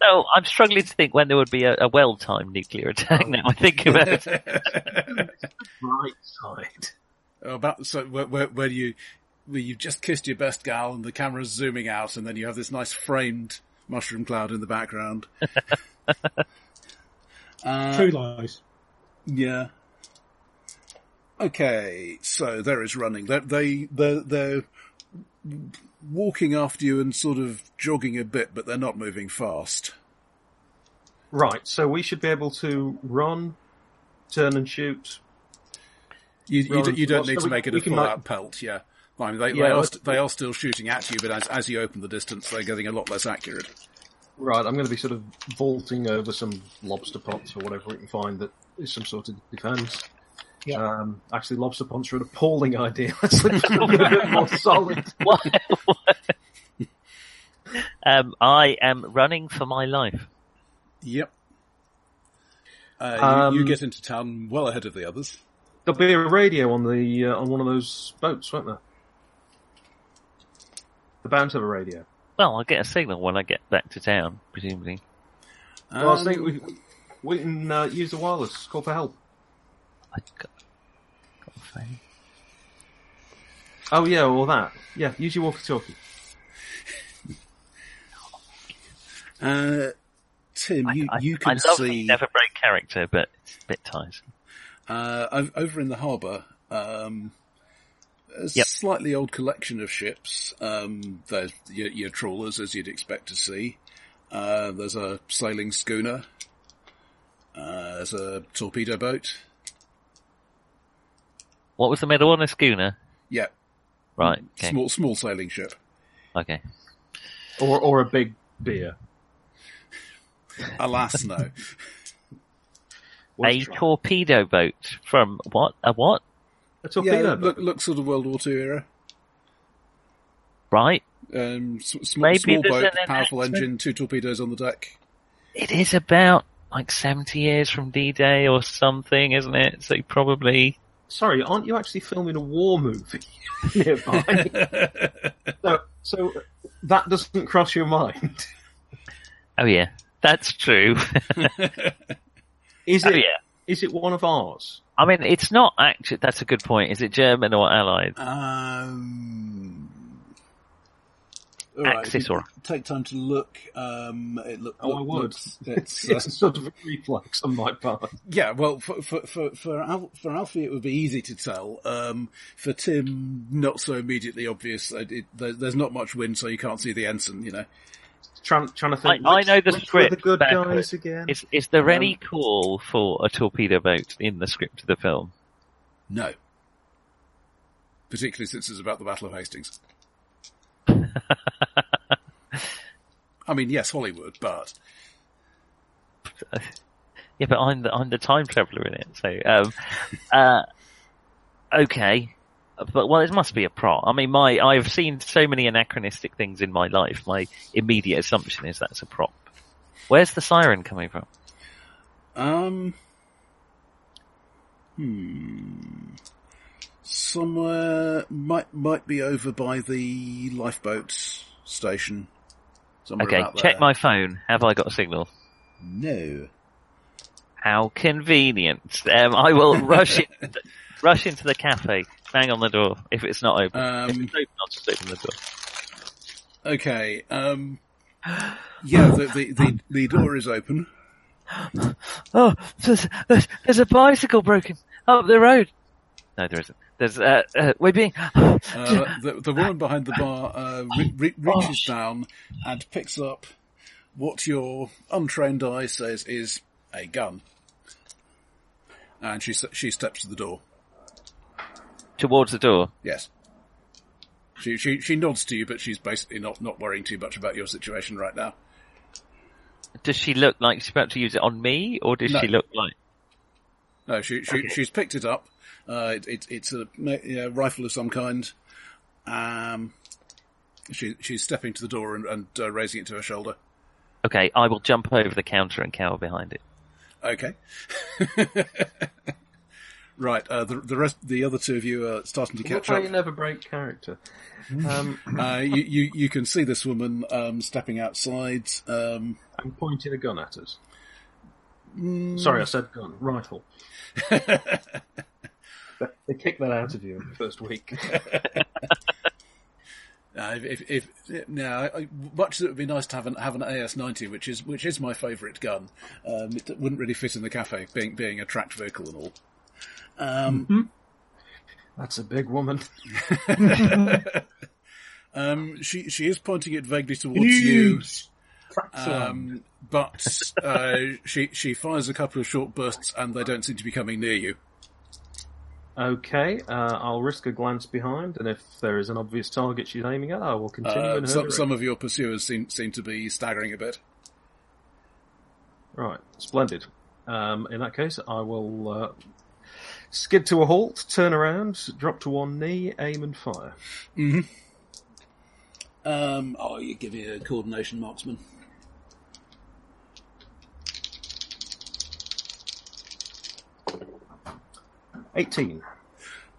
No, I'm struggling to think when there would be a, a well-timed nuclear Oh. attack. Now I think about it. Right side. Oh, about so where, where, where you where you've just kissed your best gal and the camera's zooming out, and then you have this nice framed mushroom cloud in the background. True lies. Yeah. Okay, so there is running. They they they're, they're walking after you and sort of jogging a bit, but they're not moving fast. Right, so we should be able to run, turn and shoot. You you, Well, d- you don't well, need to so we- make it we a can full make- out pelt. Yeah, I mean they, Yeah, they are let's- st- they are still shooting at you, but as as you open the distance, they're getting a lot less accurate. Right, I'm going to be sort of vaulting over some lobster pots or whatever we can find that is some sort of defence. Yeah. Um, actually, lobster pots are an appalling idea. Let's look for something a bit more solid. Um, I am running for my life. Yep. Uh, you, you Um, get into town well ahead of the others. There'll be a radio on the uh, on one of those boats, won't there? The bound to have a radio. Well, I'll get a signal when I get back to town, presumably. Well, I Um, was thinking we, we can uh, use the wireless, call for help. I got, got a phone. Oh yeah, or that. Yeah, use your walkie-talkie. uh, Tim, you, I, you I can love see never break character, but it's a bit tiresome. uh, ov- over in the harbour um, a Yep. slightly old collection of ships. Um, there's your, your trawlers, as you'd expect to see. Uh, there's a sailing schooner. Uh, there's a torpedo boat. What was the medal on a schooner? Yeah, Right. Okay. small small sailing ship. Okay. Or or a big beer. Alas, no. Worth a trying. torpedo boat from what? A what? yeah, A torpedo look, boat. look sort of World War Two era. Right. Um, s- small, Maybe small there's boat, an powerful announcement. engine, two torpedoes on the deck. It is about like 70 years from D-Day or something, isn't it? So probably. Sorry, aren't you actually filming a war movie nearby? so, so that doesn't cross your mind, Oh yeah. That's true. is oh it? Is yeah. it one of ours? I mean, it's not actually, that's a good point. Is it German or Allied? Um, all Axis or- take time to look. Um, it look, Oh, I look- would. looks- it's, uh, It's a sort of a reflex on my part. yeah, well, for for for for, Al- for Alfie, it would be easy to tell. Um, for Tim, not so immediately obvious. Uh, It, there, there's not much wind, so you can't see the ensign. You know, Trying, trying to think. I- I know the which script Were the good backwards. guys again. Is, is there any call for a torpedo boat in the script of the film? no. Particularly since it's about the Battle of Hastings. I mean, yes, Hollywood, but Yeah, but I'm the I'm the time traveler in it. So, um, uh, okay, but well, it must be a prop. I mean, my I've seen so many anachronistic things in my life. My immediate assumption is that's a prop. Where's the siren coming from? Um. Hmm. Somewhere might might be over by the lifeboat station. Somewhere Okay, about check there. my phone. Have I got a signal? No. How convenient. Um, I will rush in, rush into the cafe. Bang on the door if it's not open. if Um. it's open, I'll just open the door. Okay. Um. Yeah. The the the, the door is open. Oh, there's, there's, there's a bicycle broken up the road. No, there isn't. There's uh, uh we're being Uh, the the woman behind the bar uh, re- re- reaches down and picks up what your untrained eye says is a gun, and she s- she steps to the door. towards the door. Yes. She she she nods to you, but she's basically not not worrying too much about your situation right now. Does she look like she's about to use it on me, or does No. she look like? No, she she she's picked it up. Uh, it, it it's a ma- yeah, rifle of some kind. Um, she she's stepping to the door and, and uh, raising it to her shoulder. Okay, I will jump over the counter and cower behind it. Okay. Right, uh, the the rest, the other two of you are starting to Look catch how up. you never break character. Um, Uh, you, you you can see this woman um, stepping outside. Um, and pointing a gun at us. Sorry, I said gun. Rifle. they kicked that out of you in the first week. Uh, if, if, if now, I- much as it would be nice to have an have an AS90, which is which is my favourite gun, um, it wouldn't really fit in the cafe, being being a tracked vehicle and all. Um, That's a big woman. um, she she is pointing it vaguely towards you, Um, um, but uh, she she fires a couple of short bursts and they don't seem to be coming near you. Okay, uh, I'll risk a glance behind, and if there is an obvious target she's aiming at, I will continue Uh, in her some direction. some of your pursuers seem seem to be staggering a bit. Right, splendid. Um, in that case, I will uh, skid to a halt, turn around, drop to one knee, aim and fire. Um, oh, you give me a coordination marksman. Eighteen.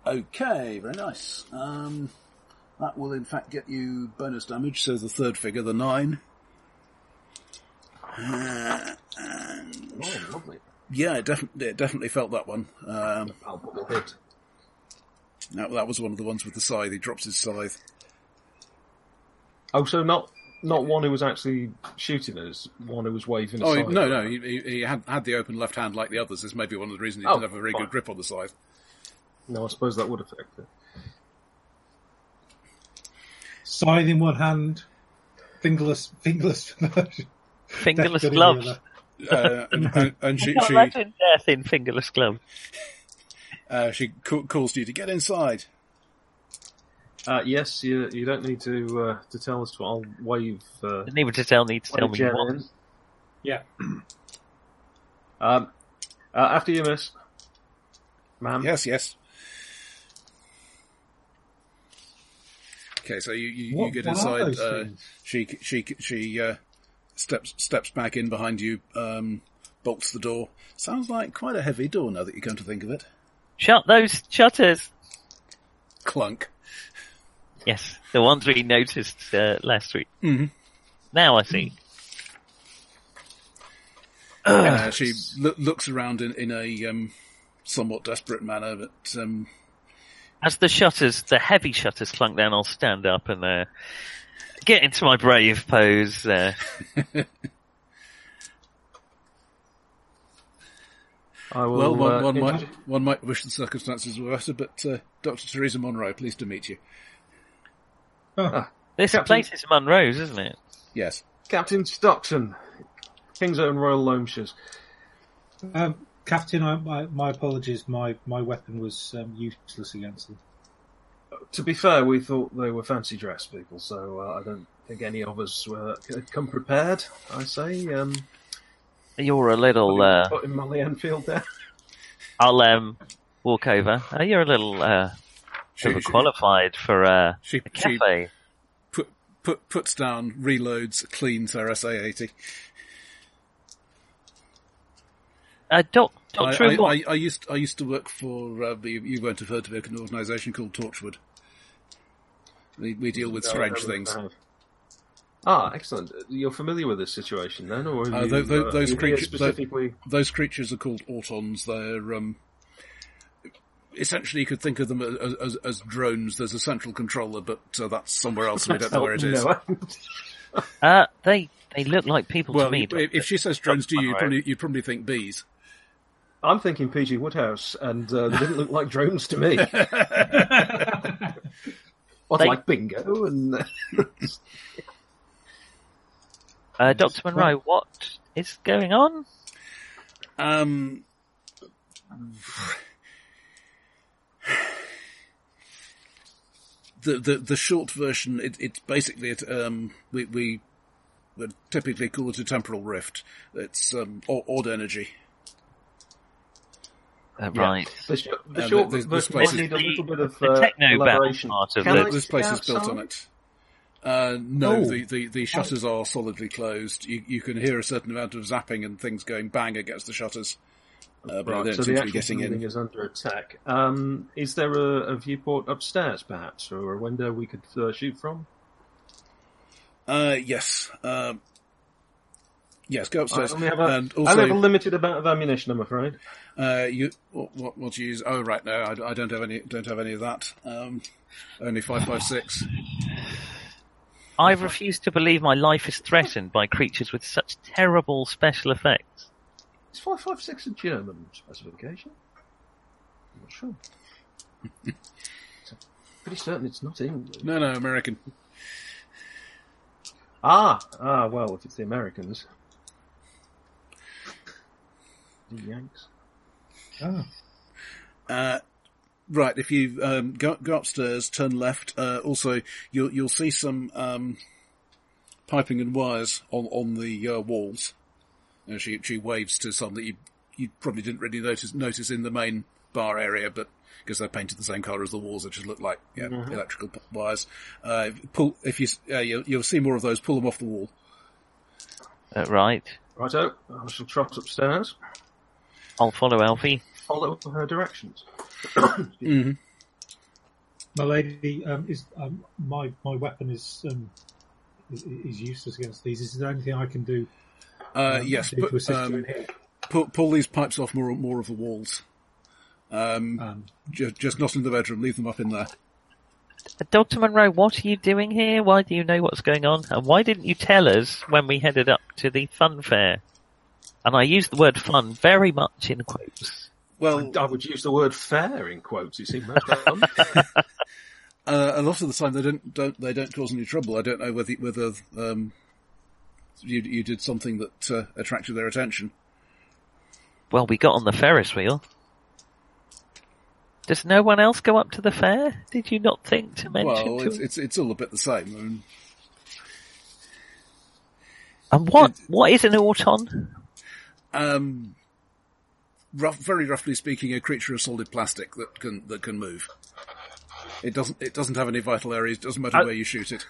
Okay, very nice. Um, that will in fact get you bonus damage, so the third figure, the nine. Uh, and- Oh, lovely. yeah, it, defi- it definitely felt that one. Um, Palpable hit. that, that was one of the ones with the scythe. He drops his scythe. Oh, so not not one who was actually shooting us, one who was waving. a Oh he- scythe no, around. no, he, he he had had the open left hand like the others. This may be one of the reasons he Oh, didn't have a very fine. good grip on the scythe. no. I suppose that would affect it. Scythe in one hand, fingerless, fingerless version. Fingerless Death gun in gloves. the other. Uh, and, and- and she Can't she, imagine death in fingerless gloves. uh, she ca- calls to you to get inside. Uh, yes, you you don't need to uh, to tell us what I'll wave. Uh, Didn't even to tell me to tell wave me Jen what. in. Yeah. Um, uh, after you, miss, ma'am. Yes, yes. Okay, so you, you, you What- get what are inside. those Uh, things? she she she uh, steps steps back in behind you, um, bolts the door. Sounds like quite a heavy door now that you come to think of it. Shut those shutters. Clunk. Yes, the ones we noticed uh, last week. Mm-hmm. Now I see. Uh, she loo- looks around in, in a um, somewhat desperate manner, but um, As the shutters, the heavy shutters clunk down, I'll stand up and uh, get into my brave pose. Uh, I will. well, uh, one, one in- might one might wish the circumstances were better. But uh, Doctor Theresa Monroe, pleased to meet you. this Captain- place is Munro's, isn't it? Yes. Captain Stockton, King's Own Royal Loamshires. Um, Captain, I, my, my apologies. My my weapon was um, useless against them. To be fair, we thought they were fancy dress people, so uh, I don't think any of us were had come prepared. I say, um, You're a little. Uh, putting Molly Enfield down. I'll um, walk over. Uh, you're a little uh, She, she overqualified for uh, she- a she- cafe. put, put puts down, reloads, cleans her SA eighty. Uh, doc, I, Doctor, I, in what? I, I used I used to work for uh, you, you won't have heard of it, an organisation called Torchwood. We, we deal with strange things. Ah, excellent. You're familiar with this situation then, or have Uh, you, tho- tho- uh, those you here creatures- tho- specifically? Those creatures are called Autons. They're um, essentially you could think of them as, as, as drones. There's a central controller, but uh, that's somewhere else. and We don't know where it is. Oh, No. Uh, they they look like people to Well, me. if, if she says drones to you, you probably you probably think bees. I'm thinking PG Woodhouse, and uh, they didn't look like drones to me. Or They- like bingo, and uh, Doctor Monroe, what is going on? Um, the, the the short version, it, it's basically it, um, we we would typically call it a temporal rift. It's um, o- odd energy. Uh, right. the, sh- the Uh, short this- this version place might is- need a little bit of the uh, techno battle elaboration. part of Can it. I This sit place is built on outside? it. Uh, no, Oh. the, the, the shutters are solidly closed. You, you can hear a certain amount of zapping and things going bang against the shutters. Uh, but I Right, don't so seem the to be actual getting building in. is under attack. Um, is there a, a viewport upstairs, perhaps, or a window we could uh, shoot from? Uh, yes. Um, yes, go I upstairs. only have a, and I only have a also, limited amount of ammunition, I'm afraid. uh, you, what, what, what do you use? Oh, right, no, I, I don't have any, don't have any of that. Um, only 556. I refuse to believe my life is threatened by creatures with such terrible special effects. Is 556 a German specification? I'm not sure. Pretty certain it's not English. No, no, American. Ah, ah, well, if it's the Americans. The Yanks. Ah, Uh, right, if you um, go, go upstairs, turn left. Uh, also, you'll you'll see some um, piping and wires on on the uh, walls. And she she waves to some that you you probably didn't really notice notice in the main bar area, but because they're painted the same colour as the walls, it just look like yeah, Mm-hmm. electrical p- wires. Uh, pull if you s- uh, you'll, you'll see more of those. Pull them off the wall. Uh, right. Righto, I shall trot upstairs, I'll follow Alfie. follow her directions. my lady, um, is um, my my weapon is um, is, is useless against these. Is there anything I can do? Uh, um, yes, do to put, assist you um, in here? pull, pull these pipes off more more of the walls. Um, Just, just not in the bedroom. Leave them up in there. Uh, Dr. Monroe, what are you doing here? Why do you know what's going on? And why didn't you tell us when we headed up to the fun fair? And I use the word fun very much in quotes. Well, I would use the word fair in quotes, you see. most of them. uh, a lot of the time they don't, don't they don't cause any trouble. I don't know whether whether um, you you did something that uh, attracted their attention. Well, we got on the Ferris wheel. Does no one else go up to the fair? Did you not think to mention well, to it's, it's it's all a bit the same. I mean, And what, what is an auton? um, rough, very roughly speaking, a creature of solid plastic that can that can move. It doesn't it doesn't have any vital areas. Doesn't matter I- where you shoot it.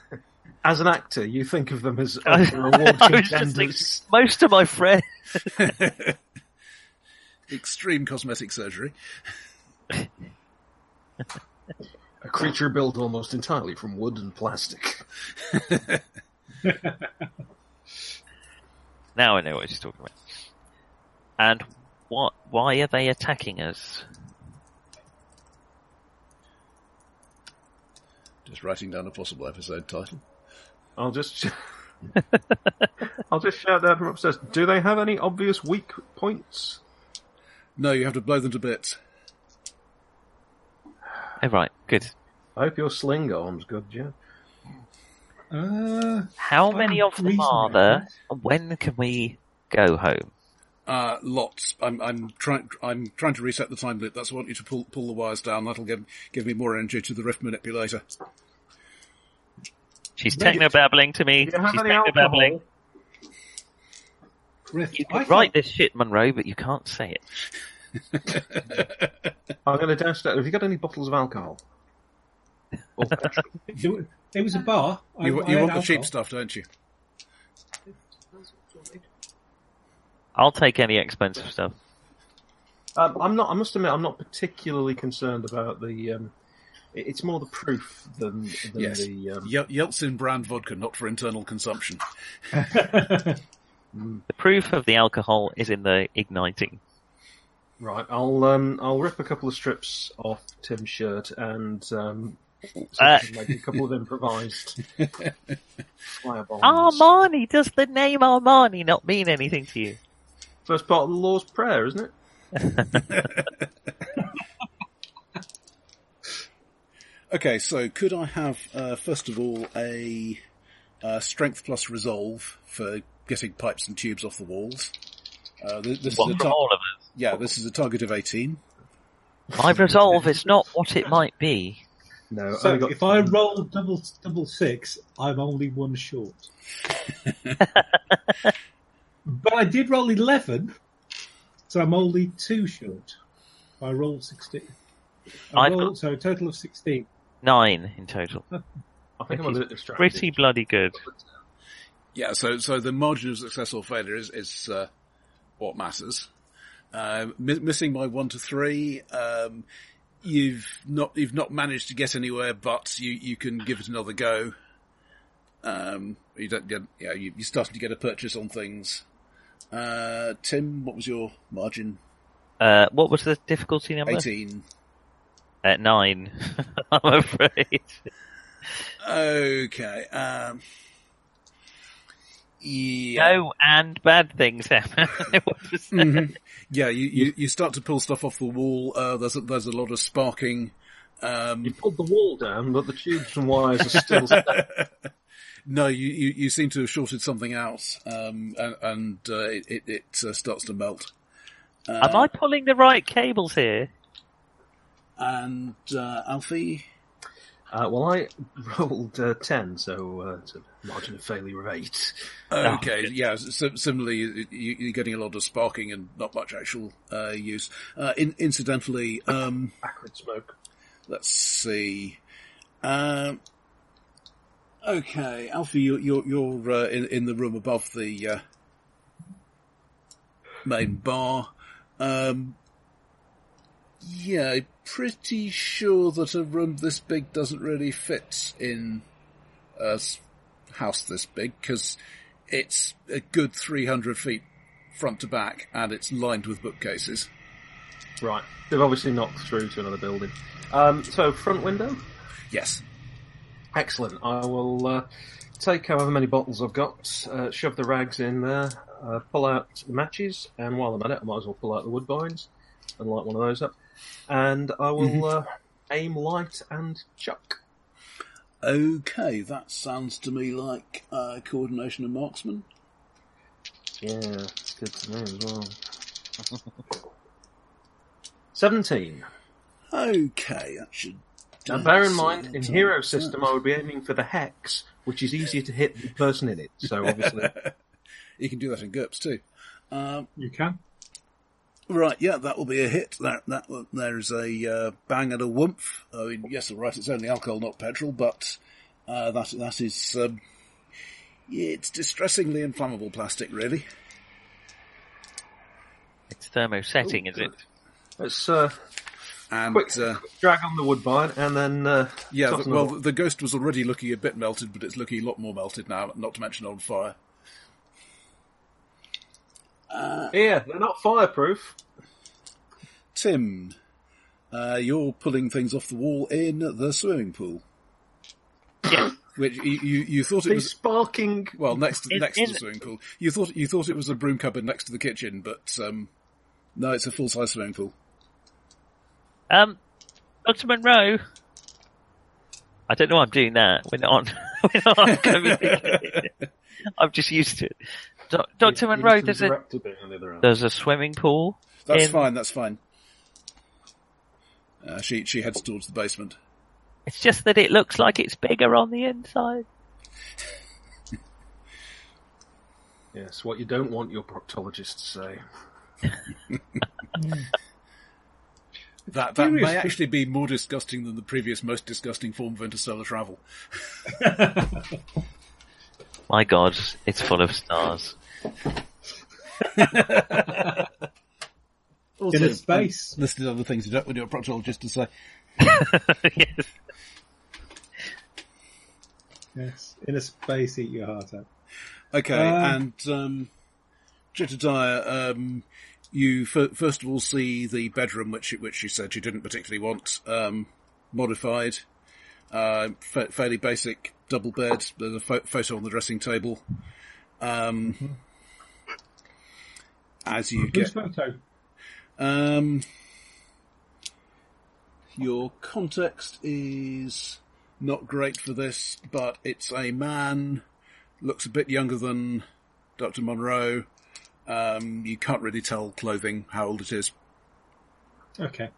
As an actor, you think of them as I as the reward was just thinking, contenders. most of my friends, Extreme cosmetic surgery. A creature built almost entirely from wood and plastic. now I know what she's talking about. And what, why are they attacking us? Just writing down a possible episode title. I'll just, sh- I'll just shout that from upstairs. Do they have any obvious weak points? No, you have to blow them to bits. Oh, right, good. I hope your sling arm's good, yeah. uh, How Um, many of them are reasonable, there? yes. And when can we go home? Uh, lots. I'm, I'm trying, I'm trying to reset the time loop. That's why I want you to pull, pull the wires down. That'll give, give me more energy to the rift manipulator. She's Maybe- techno babbling to me. Do you have She's any techno babbling. alcohol? Griff, You I can thought- write this shit, Monroe, but you can't say it. I'm going to dash that. Have you got any bottles of alcohol? Or petrol? do- It was a bar. I- You, I you had want the cheap alcohol. stuff, don't you? I'll take any expensive stuff. um, I'm not. I must admit, I'm not particularly concerned about the. Um, it- it's more the proof than, than Yes. the. Um, Ye- Yeltsin brand vodka, not for internal consumption. The proof of the alcohol is in the igniting. Right, I'll um, I'll rip a couple of strips off Tim's shirt and um, see if I can make a couple of improvised firebombs. Armani, does the name Armani not mean anything to you? First part of the Lord's Prayer, isn't it? Okay, so could I have, uh, first of all, a, uh, strength plus resolve for getting pipes and tubes off the walls? Uh, th- this What is a from tar- all of yeah, this is a target of 18. us? My resolve is not what it might be. No, So I got, if I roll double double six, I'm only one short. but I did roll eleven, so I'm only two short. I rolled sixteen. I I've rolled, got- so a total of sixteen. Nine in total. I think I'm a little distracted. Pretty bloody good. Yeah, so, so the margin of success or failure is, is, uh, what matters. Um, mi- missing my one to three. Um, you've not you've not managed to get anywhere, but you you can give it another go. Um, you don't get yeah. You, you're starting to get a purchase on things. Uh, Tim, what was your margin? Uh, what was the difficulty number? Eighteen. At nine, I'm afraid. Okay. Um, yeah. No, and bad things happen. I want to say. Yeah, you, you, you start to pull stuff off the wall. Uh, there's a, there's a lot of sparking. You pulled the wall down, but the tubes and wires are still stuck. No, you, you, you seem to have shorted something out, um, and, and uh, it it, it uh, starts to melt. Hmm. Am I pulling the right cables here? And uh, Alfie, Uh, well, I rolled uh, 10, so uh, it's a margin of failure of 8. okay, yeah. So, similarly, you, you're getting a lot of sparking and not much actual uh, use. Uh, in, incidentally, um, Acrid smoke. let's see. Um, okay, Alfie, you're you're, you're uh, in in the room above the uh, main bar. Um, yeah, pretty sure that a room this big doesn't really fit in a s- house this big because it's a good three hundred feet front to back and it's lined with bookcases. Right. They've obviously knocked through to another building. Um, so, front window. Yes. Excellent. I will uh, take however many bottles I've got, uh, shove the rags in there, uh, pull out the matches, and while I'm at it, I might as well pull out the woodbines and light one of those up. And I will uh, aim light and chuck. Okay, that sounds to me like uh, coordination and marksman. Yeah, it's good to know as well. 17. Okay, that should. Now, bear in mind, in Hero System, I would be aiming for the hex, which is easier to hit than the person in it. So obviously, you can do that in GURPS too. You can. Right, yeah, that will be a hit. That that there is a uh, bang and a whoomp. I mean, yes, all right, it's only alcohol, not petrol, but uh, that that is um, yeah, it's distressingly inflammable plastic, really. It's thermosetting, is it? let's uh, And quick uh, drag on the woodbine and then uh, yeah, toss the, another well, one. the ghost was already looking a bit melted, but it's looking a lot more melted now. Not to mention on fire. yeah, they're not fireproof. Tim, uh, you're pulling things off the wall in the swimming pool. Yeah. Which you, you, you thought it These was sparking. well next to, It- next to the it- swimming pool. You thought you thought it was a broom cupboard next to the kitchen, but um, no, it's a full size swimming pool. Um, Dr. Monroe. I don't know why I'm doing that. We're not on. We're not on COVID. I'm just used to it. Do- Dr. Monroe, there's a, Director being on the other end. there's a swimming pool. That's in- fine. That's fine. Uh, she she heads towards the basement. It's just that it looks like it's bigger on the inside. Yes, what you don't want your proctologist to say. That that Curious. may actually be more disgusting than the previous most disgusting form of interstellar travel. My God, it's full of stars. Also, a space. um, listed other things you don't want your proctologist to say. yes. Yes. In a space, eat your heart out. Okay, Uh, and um, Jedediah, um, you f- first of all see the bedroom, which which you said you didn't particularly want, um, modified, uh, fa- fairly basic double bed. There's a pho- photo on the dressing table. Um, As you Who's get photo? um, your context is not great for this, but it's a man, looks a bit younger than Dr. Monroe. Um, you can't really tell clothing how old it is. Okay.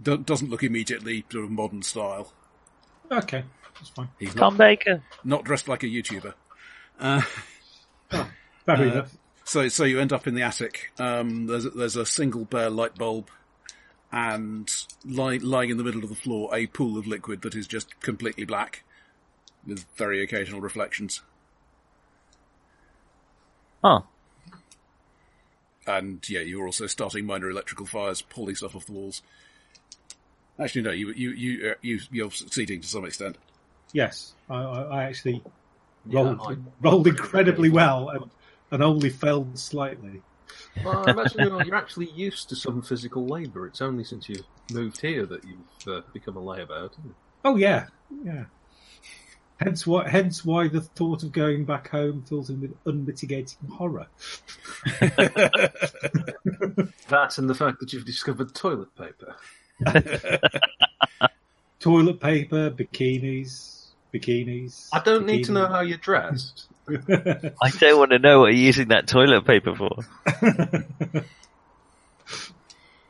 Do- doesn't look immediately sort of modern style. Okay. That's fine. He's not, Tom Baker. not dressed like a YouTuber. Fair Uh, enough. So, so you end up in the attic. Um, there's a, there's a single bare light bulb, and ly- lying in the middle of the floor, a pool of liquid that is just completely black, with very occasional reflections. Oh. and yeah, you were also starting minor electrical fires, pulling stuff off the walls. Actually, no, you you you uh, you you're succeeding to some extent. Yes, I, I, I actually Yeah, rolled I- rolled incredibly well and, and only failed slightly. Well, I imagine you're, you're actually used to some physical labour. It's only since you've moved here that you've uh, become a layabout. isn't it? Oh yeah, yeah. Hence why, hence why the thought of going back home fills him with unmitigated horror. That and the fact that you've discovered toilet paper. Toilet paper, bikinis, bikinis. I don't need to bikinis. know how you're dressed. I don't want to know what you're using that toilet paper for.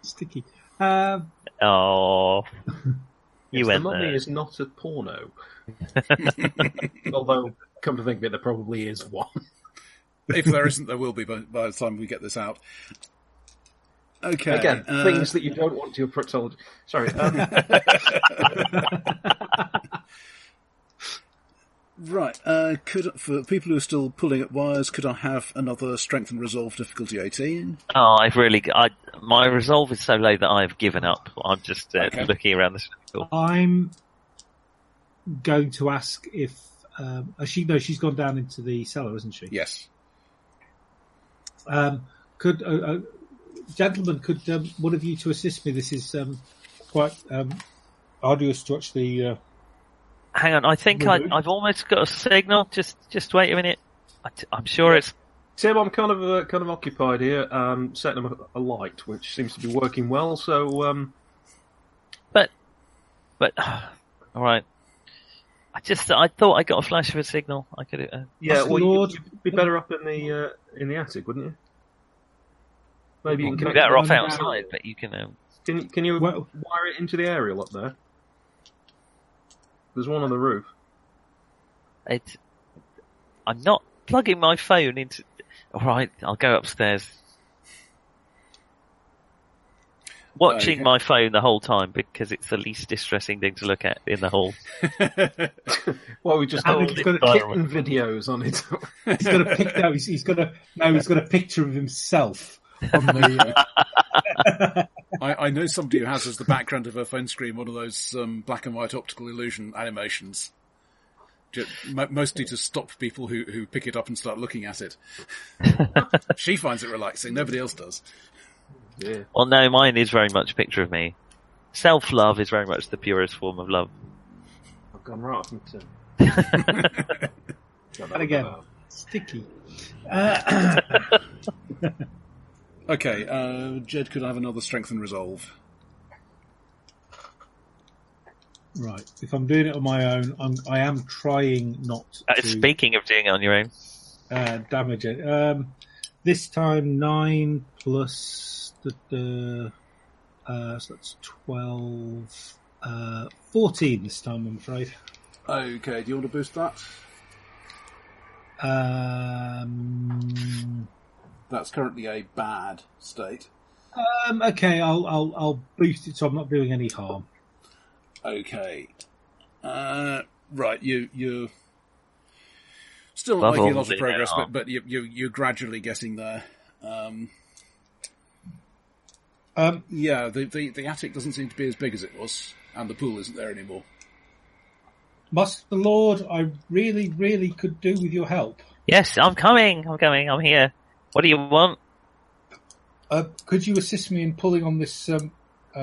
Sticky. Um, Oh, you Yes, the went mummy there. is not a porno. Although, come to think of it, there probably is one. If there isn't, there will be by, by the time we get this out. Okay. Again, uh, things that you don't want to your proctologist. Sorry. Um, Right. Uh, could for people who are still pulling at wires, could I have another strength and resolve difficulty eighteen? Oh, I've really. I my resolve is so low that I've given up. I'm just uh, Okay. looking around the circle. I'm going to ask if um, uh, she no, she's gone down into the cellar, isn't she? Yes. Um, could uh, uh, gentlemen, could um, one of you to assist me? This is um, quite um, arduous to actually. Uh, Hang on, I think I, Mhm. I've almost got a signal. Just just wait a minute. I t- I'm sure it's. Tim, I'm kind of uh, kind of occupied here, um, setting up a light, which seems to be working well. So, um, But all right. I just I thought I got a flash of a signal. I could. Uh, yeah, Ask well, Lord- you'd, you'd be better up in the uh, in the attic, wouldn't you? Maybe you could can be connect. better off Wonder- outside, but you can. Um, Can, can you Well- wire it into the aerial up there? There's one on the roof. it. I'm not plugging my phone into. All right, I'll go upstairs. Watching Okay. my phone the whole time because it's the least distressing thing to look at in the hall. Well, we just And got it's got a kitten videos on it. he's got a pic. No, he's, he's got a no. He's got a picture of himself. On the, uh, I, I know somebody who has as the background of her phone screen one of those um, black and white optical illusion animations, Ju- mo mostly to stop people who, who pick it up and start looking at it. she finds it relaxing; nobody else does. yeah. Well, no, mine is very much a picture of me. Self love is very much the purest form of love. I've gone right up into. and again, sticky. Uh, Okay, uh, Jed, could I have another strength and resolve? right. If I'm doing it on my own, I'm, I am trying not Uh, to Speaking of doing it on your own, uh, damage it. Um, this time nine plus the, the uh, so that's twelve. Uh, 14 this time, I'm afraid. Okay, do you want to boost that? Um, That's currently a bad state. um, okay, I'll, I'll, I'll boost it so I'm not doing any harm. Okay. Uh, right, you you still Love not making a all lot the of progress, AR. but but you, you you're gradually getting there. Um, Um, yeah, the, the the attic doesn't seem to be as big as it was, and the pool isn't there anymore. Master Lord, I really, really could do with your help. yes, I'm coming. I'm coming. I'm here. What do you want? Uh, could you assist me in pulling on this, um, uh,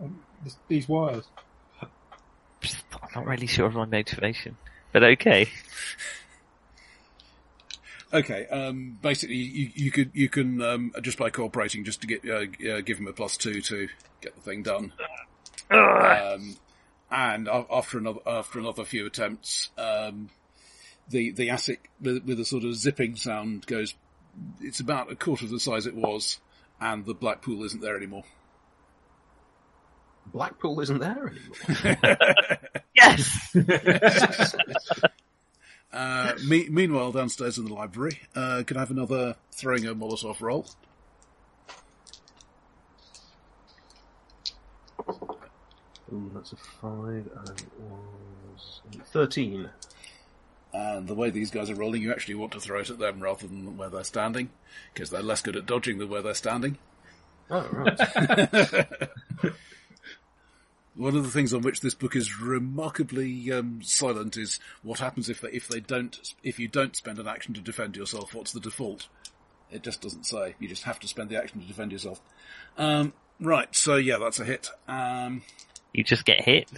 um, this, these wires? Psst, I'm not really sure of my motivation, but okay. Okay, um, basically you, you could you can um, just by cooperating just to get uh, uh, give him a plus two to get the thing done. Um, and a- after another after another few attempts, um, the the attic with, with a sort of zipping sound goes. It's about a quarter of the size it was, and the black pool isn't there anymore. Blackpool isn't there anymore. Yes, Uh, me- meanwhile, downstairs in the library, uh, could I have another throwing a Molotov roll? Ooh, that's a five, and it was thirteen. And the way these guys are rolling, you actually want to throw it at them rather than where they're standing, because they're less good at dodging than where they're standing. Oh, right. One of the things on which this book is remarkably um, silent is what happens if they, if they don't if you don't spend an action to defend yourself. What's the default? It just doesn't say. You just have to spend the action to defend yourself. Um, right. So yeah, that's a hit. Um, You just get hit.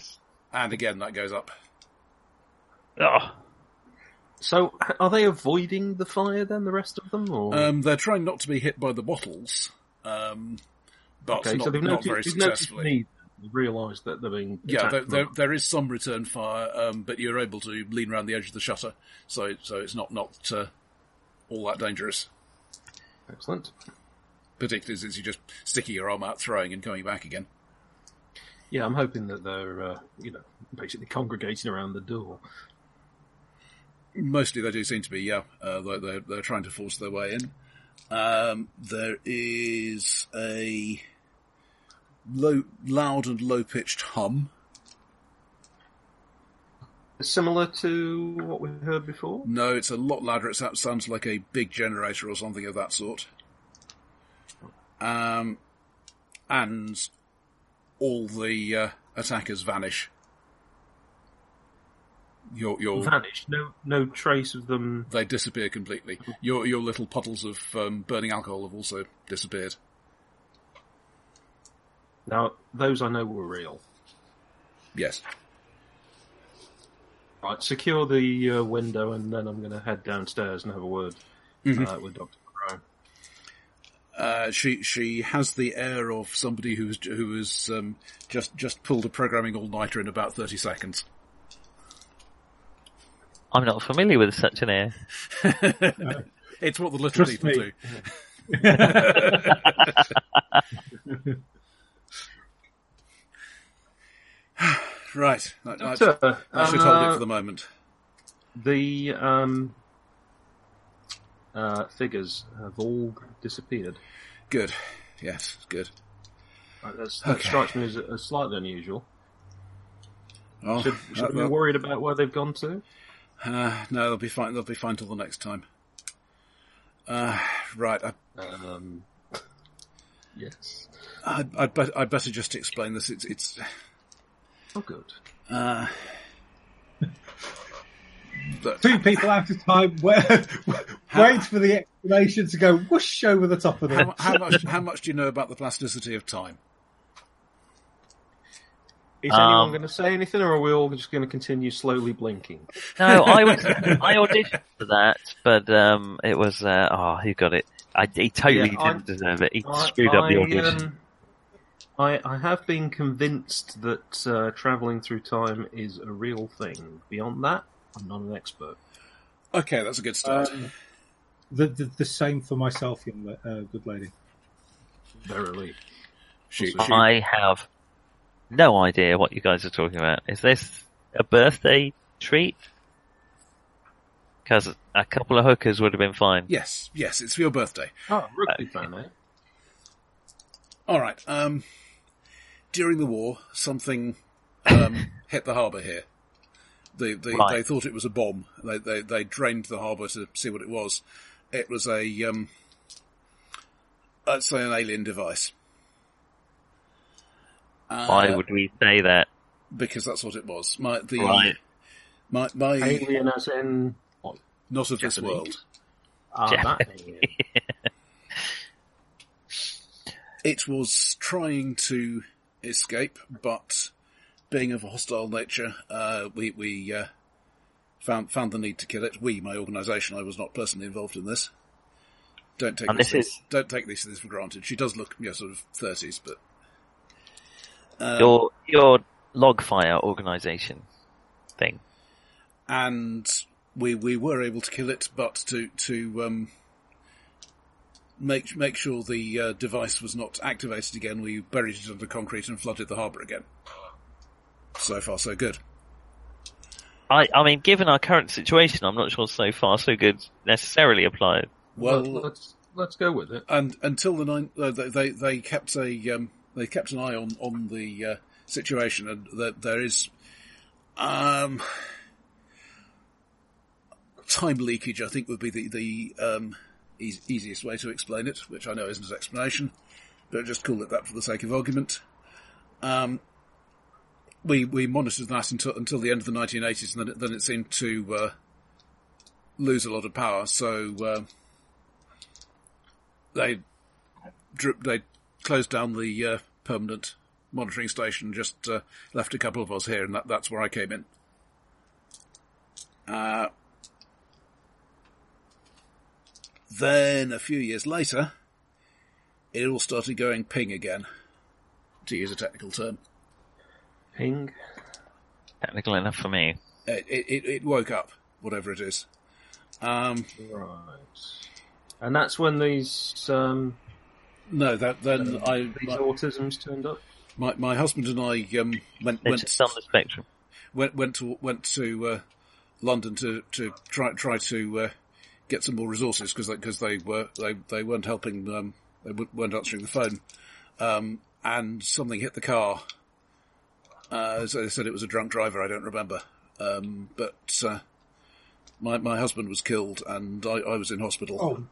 and again, that goes up. Oh, so, h- are they avoiding the fire then, the rest of them? Or Um, they're trying not to be hit by the bottles, um, but okay, not, so they've not noticed, very they've noticed the successfully. need. They've realised that they're being Yeah, attacked there, from- there, there is some return fire, um, but you're able to lean around the edge of the shutter, so so it's not not uh, all that dangerous. Excellent. Particularly since you're just sticking your arm out, throwing, and coming back again. Yeah, I'm hoping that they're, uh, you know, basically congregating around the door. Mostly they do seem to be, yeah. Uh, they're, they're, they're trying to force their way in. Um, there is a low, loud and low pitched hum. Similar to what we heard before. No, it's a lot louder. It sou- sounds like a big generator or something of that sort. Um, and all the uh, attackers vanish. Your your Vanished. No, no trace of them. they disappear completely. Your your little puddles of um, burning alcohol have also disappeared. Now, those I know were real. Yes. Right, secure the uh, window, and then I'm going to head downstairs and have a word Mm-hmm. uh, with Doctor Crow. Uh, she she has the air of somebody who was who was um, just just pulled a programming all nighter in about thirty seconds. I'm not familiar with such an air. It's what the little Trust people me. do. right. That, that, Doctor, that should hold it uh, for the moment. the um, uh, figures have all disappeared. Good. Yes, good. Right, that's, that Okay. strikes me as, as slightly unusual. Oh, Should, should that- we be that- worried about where they've gone to? uh, no, they'll be fine. They'll be fine till the next time. Uh, right. I, Um, yes. I, I'd, bet, I'd better just explain this. It's, it's Oh, good. uh, look, Two people at a time. Wait, wait for the explanation to go whoosh over the top of them. how, how much? How much do you know about the plasticity of time? Is Um, anyone going to say anything, or are we all just going to continue slowly blinking? No, I was I auditioned for that, but um, it was uh, oh, who got it? I, he totally Yeah, didn't I- deserve it. He I- screwed up the I, audition. um, I, I have been convinced that uh, travelling through time is a real thing. Beyond that, I'm not an expert. Okay, that's a good start. Um, the, the the same for myself, young la- uh, good lady. Verily. Shoot. also- I have no idea what you guys are talking about. Is this a birthday treat? Because a couple of hookers would have been fine. Yes, yes, it's for your birthday. Oh, rugby fan, eh? All right. Um, during the war, something um, hit the harbour here. They they, Right. they thought it was a bomb. They they, they drained the harbour to see what it was. It was a um, let's say an alien device. Uh, Why would we say that? because that's what it was. My the Right. my, my Alien as in... what? not of this Japanese? world. Ah, Jack- that alien. it was trying to escape, but being of a hostile nature, uh, we we uh, found found the need to kill it. We, my organisation, I was not personally involved in this. Don't take And these this things, is- don't take these things for granted. She does look, you know, sort of thirties, but Your your log fire organization thing. and we we were able to kill it, but to to um, make make sure the uh, device was not activated again, we buried it under concrete and flooded the harbour again. So far, so good. I, I mean, given our current situation, I'm not sure so far so good necessarily applied. Well, Let- let's, let's go with it. and until the nine, uh, they, they they kept a um, they kept an eye on on the uh, situation, and that there is um, time leakage, I think, would be the the um, eas easiest way to explain it, which I know isn't an explanation, but just call it that for the sake of argument. Um, we we monitored that until until the end of the 1980s, and then it, then it seemed to uh, lose a lot of power. So uh, they dri- they closed down the uh, permanent monitoring station, just uh, left a couple of us here, and that, that's where I came in. Uh, then a few years later, it all started going ping again, to use a technical term. Ping. Technical enough for me. It, it, it- it woke up, whatever it is. Um, Right. And that's when these um, no, that then I these my, autisms turned up. my, my husband and I um, went It's went just on the spectrum. went went to went to uh, London to to try try to uh, get some more resources because because they were they they weren't helping um, they w- weren't answering the phone um, and something hit the car. Uh, so they said it was a drunk driver. I don't remember, um, but uh, my my husband was killed and I, I was in hospital. Oh,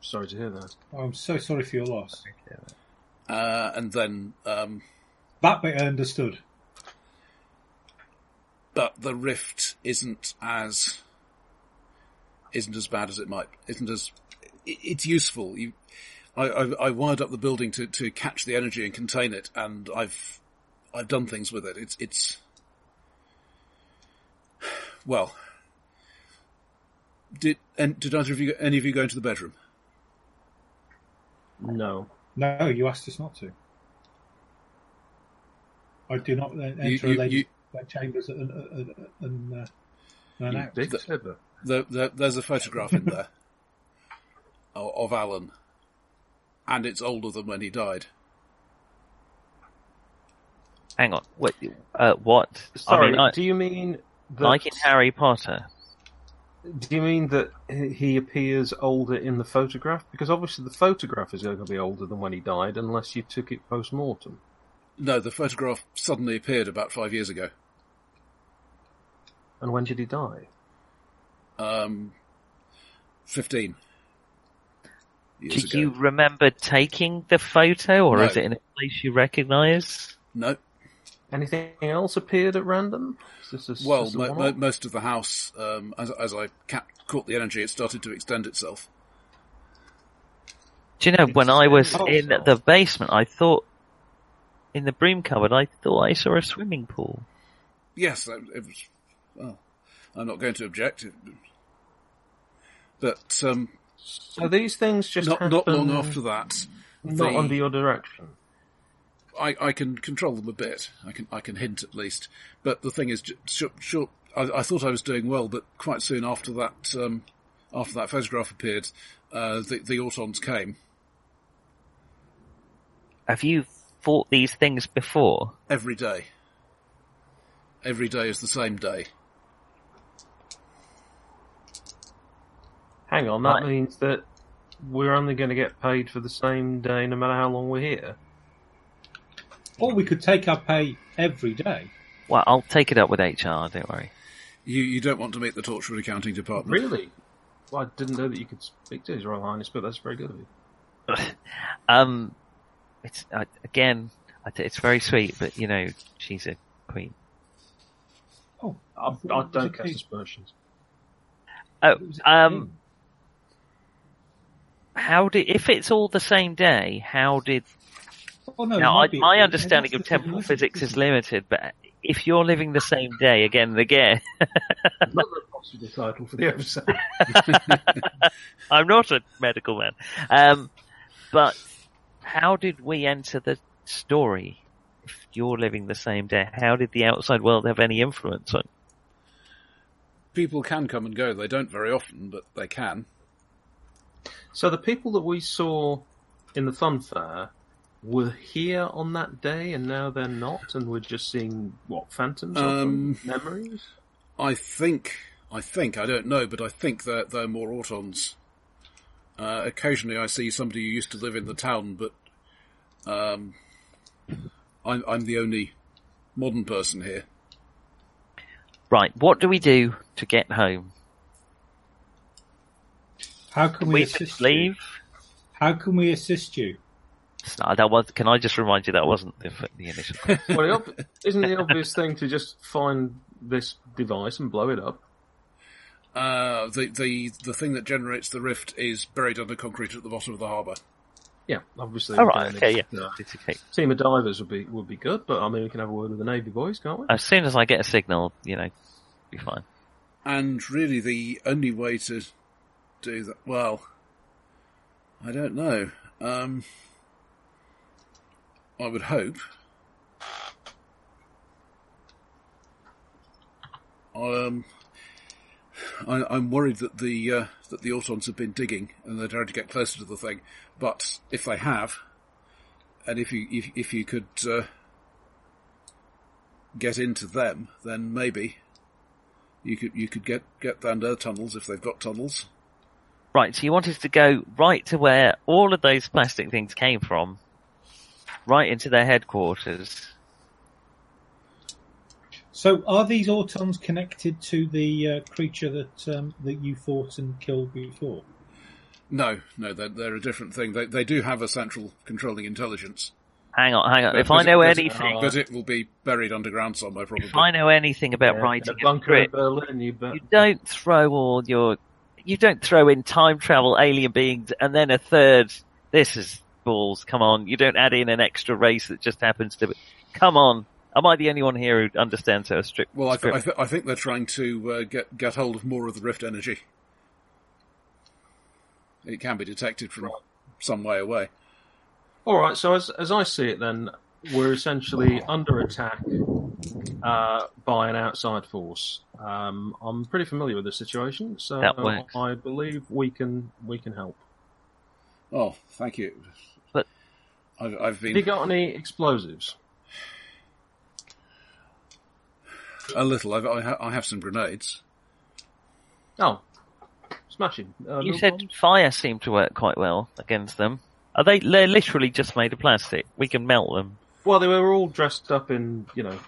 Sorry to hear that. I'm so sorry for your loss. Uh, and then um, That bit I understood. but the rift isn't as isn't as bad as it might isn't as i- it's useful you I, I I wired up the building to to catch the energy and contain it and I've I've done things with it it's it's well did and did either of you any of you go into the bedroom No. No, you asked us not to. I do not uh, enter you- a lady's you- bed chambers and, and, and, uh, and You out. big fibber. There, there, there's a photograph in there of, of Alan, and it's older than when he died. Hang on. What? Uh, what? Sorry, I mean, I- do you mean that, like in Harry Potter. Do you mean that he he appears older in the photograph? Because obviously the photograph is going to be older than when he died, unless you took it post mortem. No, the photograph suddenly appeared about five years ago. And when did he die? Um, fifteen years Do ago. you remember taking the photo, or No. is it in a place you recognise? No, Anything else appeared at random? Is this a, well, just a mo- mo- one-off? most of the house, um, as, as I ca- caught the energy, it started to extend itself. Do you know when I was Oh, in so- the basement, I thought in the broom cupboard, I thought I saw a swimming pool. Yes, it, it was. Well, I'm not going to object, It- but um, so these things just not not long happen after that. not the- under your direction. I, I can control them a bit. I can I can hint at least. But the thing is, j- sure, sure I, I thought I was doing well, but quite soon after that, um, after that photograph appeared, uh, the, the autons came Have you thought these things before? every day. Every day is the same day. Hang on, that Right. means that we're only going to get paid for the same day, no matter how long we're here. Or we could take our pay every day. Well, I'll take it up with HR. Don't worry. You you don't want to meet the Torchwood accounting department. Really? Well, I didn't know that you could speak to His Royal Highness, but that's very good of you. Um, it's uh, again, I th- it's very sweet, but you know, she's a queen. Oh, I, I thought it was a don't cast king. aspersions. Oh, It was a um, king. how did if it's all the same day? How did Oh, no, it now? might I, be a my king. understanding That's of the thing, temporal isn't it? physics is limited, but if you're living the same day again and again, Another possible title for the episode. I'm not a medical man. Um, but how did we enter the story? If you're living the same day, how did the outside world have any influence on? People can come and go. They don't very often, but they can. so the people that we saw in the fun fair were here on that day, and now they're not, and we're just seeing what phantoms Um, or memories. I think, I think, I don't know, but I think they're, they're more Autons. Uh, occasionally I see somebody who used to live in the town, but, um, I'm, I'm the only modern person here. Right, what do we do to get home? How can we, we assist just you? leave. How can we assist you? It's not- that was. Can I just remind you that wasn't the, the initial? Well, the ob- isn't the obvious thing to just find this device and blow it up? Uh, the the the thing that generates the rift is buried under concrete at the bottom of the harbour. Yeah, obviously. All we right. don't Okay. need- Yeah. no. It's okay. Team of divers would be would be good, but I mean we can have a word with the navy boys, can't we? As soon as I get a signal, you know, be fine. And really, the only way to do that, well, I don't know. Um, I would hope. Um, I, I'm worried that the uh, that the Autons have been digging and they're trying to get closer to the thing. But if they have, and if you if if you could uh, get into them, then maybe you could you could get get down their tunnels if they've got tunnels. Right. So you want us to go right to where all of those plastic things came from, right into their headquarters. So, are these autons connected to the uh, creature that um, that you fought and killed before? No, no, they're, they're a different thing. They they do have a central controlling intelligence, Hang on. Hang on. If But I it- know but it- anything, but it will be buried underground somewhere probably. if I know anything about Yeah, writing in a a bunker in script, Berlin, you bet. you don't throw all your, you don't throw in time travel, alien beings, and then a third. This is balls. Come on. You don't add in an extra race that just happens to. Be, come on. Am I the only one here who understands how a strip? Well, I, th- script I, th- I think they're trying to uh, get get hold of more of the rift energy. It can be detected from some way away. All right. So as as I see it, then we're essentially under attack uh, by an outside force. Um, I'm pretty familiar with the situation, so That works. I believe we can we can help. Oh, thank you. But- I've, I've Have you been got any explosives? a little. I've, I, ha- I have some grenades. Oh, smashing! Uh, You little said bombs? fire seemed to work quite well against them. Are they? They're literally just made of plastic. We can melt them. Well, they were all dressed up in you know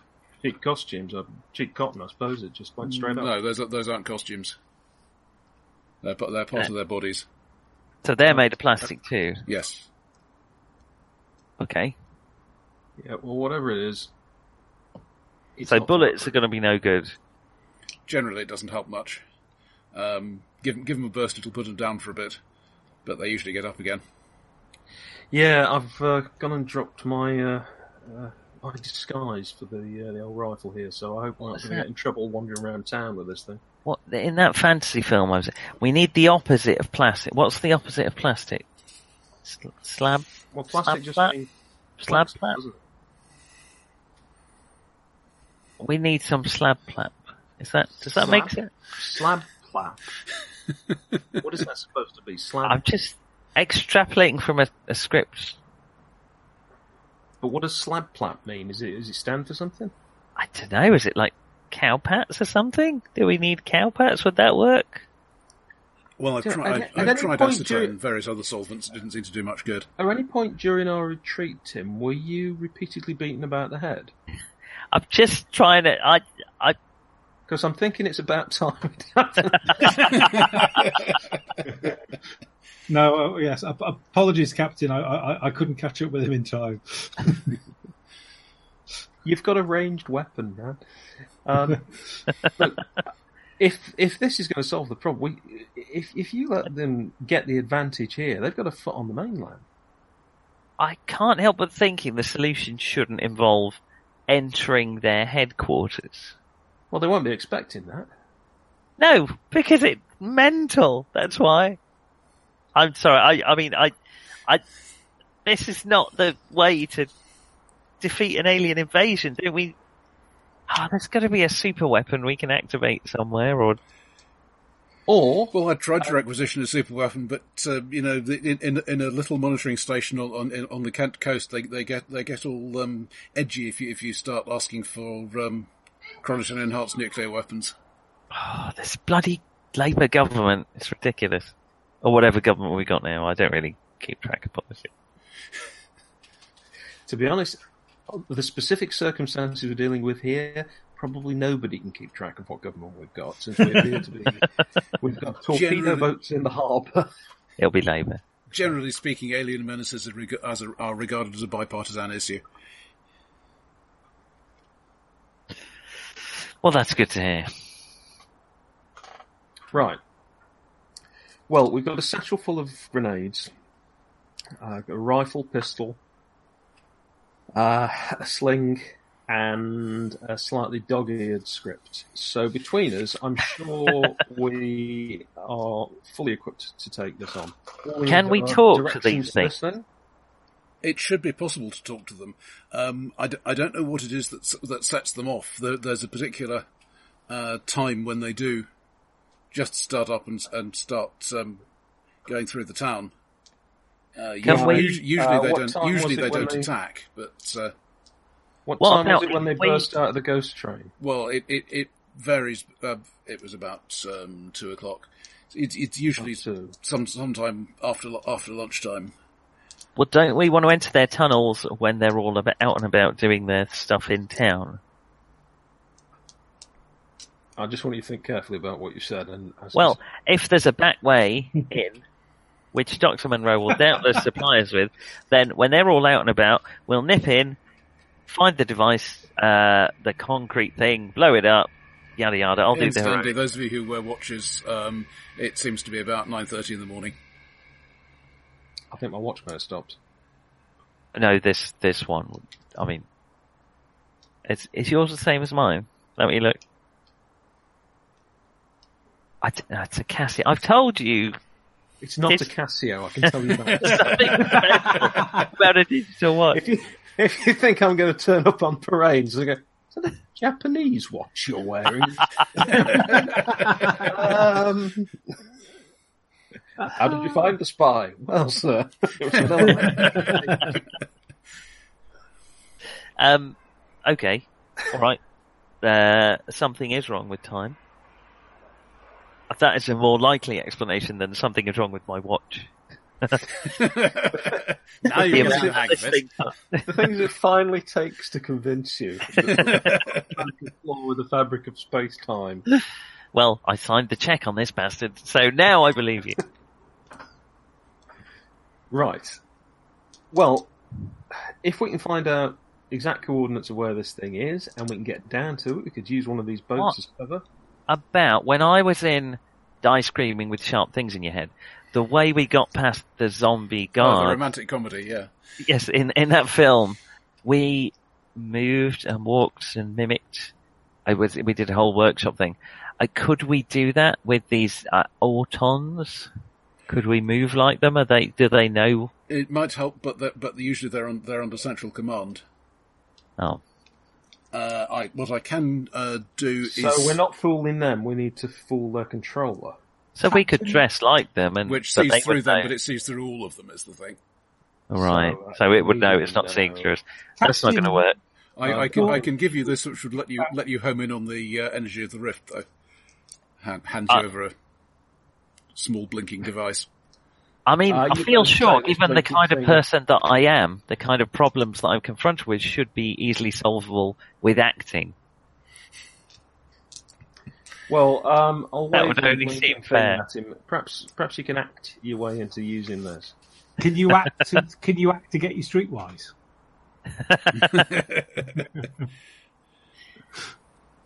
cheap costumes, uh, cheap cotton, I suppose. It just went straight up. No, those are- those aren't costumes. They're, pa- they're part of their bodies. So they're made of plastic too. Yes. Okay. Yeah, well, whatever it is. it's So not- bullets are going to be no good. generally it doesn't help much. Um, give, 'em- give them a burst, it'll put them down for a bit, but they usually get up again. Yeah, I've uh, gone and dropped my uh, uh, my disguise for the uh, the old rifle here, so I hope I'm not What's going to that? get in trouble wandering around town with this thing. What in that fantasy film? I was. We need the opposite of plastic. What's the opposite of plastic? Sl- slab, Well, plastic Slab just flat. means slab, plastic, slab. doesn't it? We need some slab plap. Is that? Does that Slab? make sense? Slab flap. what is that supposed to be? Slab. I'm just extrapolating from a, a script. But what does slab flap mean? Is it is it stand for something? I don't know. Is it like cow pats or something? Do we need cow pats? Would that work? Well, I've, Yeah, tri- at- I've, at I've any tried point acetone during- and various other solvents, it didn't seem to do much good. At any point during our retreat, Tim, were you repeatedly beaten about the head? I'm just trying to. I I Because I'm thinking it's about time. it happened. No, uh, yes. ap- Apologies, Captain. I, I I couldn't catch up with him in time. You've got a ranged weapon, man. Um, look, if if this is going to solve the problem, we, if if you let them get the advantage here, they've got a foot on the mainland. I can't help but thinking the solution shouldn't involve entering their headquarters. Well, they won't be expecting that. No, because it's mental. That's why. I'm sorry. I I mean I I this is not the way to defeat an alien invasion. Do we? Ah, there's got to be a super weapon we can activate somewhere, or Or uh, Well, I tried to requisition a super weapon, but uh, you know, the- in, in in a little monitoring station on on, in- on the Kent coast, they they get they get all um, edgy if you if you start asking for um, chronogen enhanced nuclear weapons. oh, this bloody Labour government. It's ridiculous. Or whatever government we got now. I don't really keep track of politics. to be honest, the specific circumstances we're dealing with here probably nobody can keep track of what government we've got, since we appear to be we've got torpedo Generally- boats in the harbour. It'll be Labour. Generally speaking, alien menaces are, reg- as a, are regarded as a bipartisan issue. Well, that's good to hear. Right. Well, we've got a satchel full of grenades, uh, a rifle, pistol, uh, a sling, and a slightly dog-eared script. So between us, I'm sure we are fully equipped to take this on. All Can of we our talk to directions these things? this, then? It should be possible to talk to them. Um, I, d- I don't know what it is that s- that sets them off. There, there's a particular uh, time when they do just start up and, s- and start um, going through the town. Uh, usually, we- usu- usually uh, they what don't. time Usually was they it when don't they- attack, but uh, What Well, time was no, it when they we- burst out of the ghost train? Well, it it, it varies. Uh, it was about um, two o'clock. It's it's usually Up to- some sometime after lu- after lunchtime. Well, don't we want to enter their tunnels when they're all about, out and about doing their stuff in town? I just want you to think carefully about what you said. And as I Well, if there's a back way in, which Dr. Monroe will doubtless supply us with, then when they're all out and about, we'll nip in, find the device, uh, the concrete thing, blow it up, yada yada. I'll do the Incidentally, heroic. those of you who wear watches, um, it seems to be about nine thirty in the morning. I think my watch may have stopped. No, this this one. I mean, it's is yours the same as mine? Let me look. I d- no, it's a Casio. I've told you It's not It's- a Casio, I can tell you that. about a digital watch. if you if you think I'm going to turn up on parades and go, is that a Japanese watch you're wearing? um, how did you find the spy? Well, sir, it was an elephant. Um, okay, all right. Uh, something is wrong with time. That is a more likely explanation than something is wrong with my watch. now The you get amount the of hang of it. listening time. the things it finally takes to convince you that the flaw with the fabric of space time. Well, I signed the check on this bastard, so now I believe you. Right. Well, if we can find out exact coordinates of where this thing is, and we can get down to it, we could use one of these boats What? as cover. about when I was in Die Screaming with Sharp Things in Your Head, the way we got past the zombie Oh, the guard, romantic comedy, yeah. yes, in, in that film, we moved and walked and mimicked. I was, we did a whole workshop thing. Uh, could we do that with these uh, autons? Could we move like them? Are they, do they know? It might help, but they're, but usually they're on, they're under central command. Oh, Uh, I, what I can uh, do is So we're not fooling them. We need to fool their controller. so we could dress like them and, which but they sees through would them, know. but it sees through all of them. Is the thing. right. So, uh, So, it would we know would it's not seeing know. through us. That's not going to Captain- work. I, Uh, I can cool. I can give you this, which would let you let you home in on the uh, energy of the rift, though. Hand, hand Uh, you over a small blinking device. I mean, Uh, I you feel don't sure, say, given the don't you kind of say. person that I am, the kind of problems that I'm confronted with should be easily solvable with acting. Well, um, I'll That wave would my only blinking seem thing fair. At him. Perhaps, perhaps you can act your way into using this. Can you act? To, can you act to get you streetwise?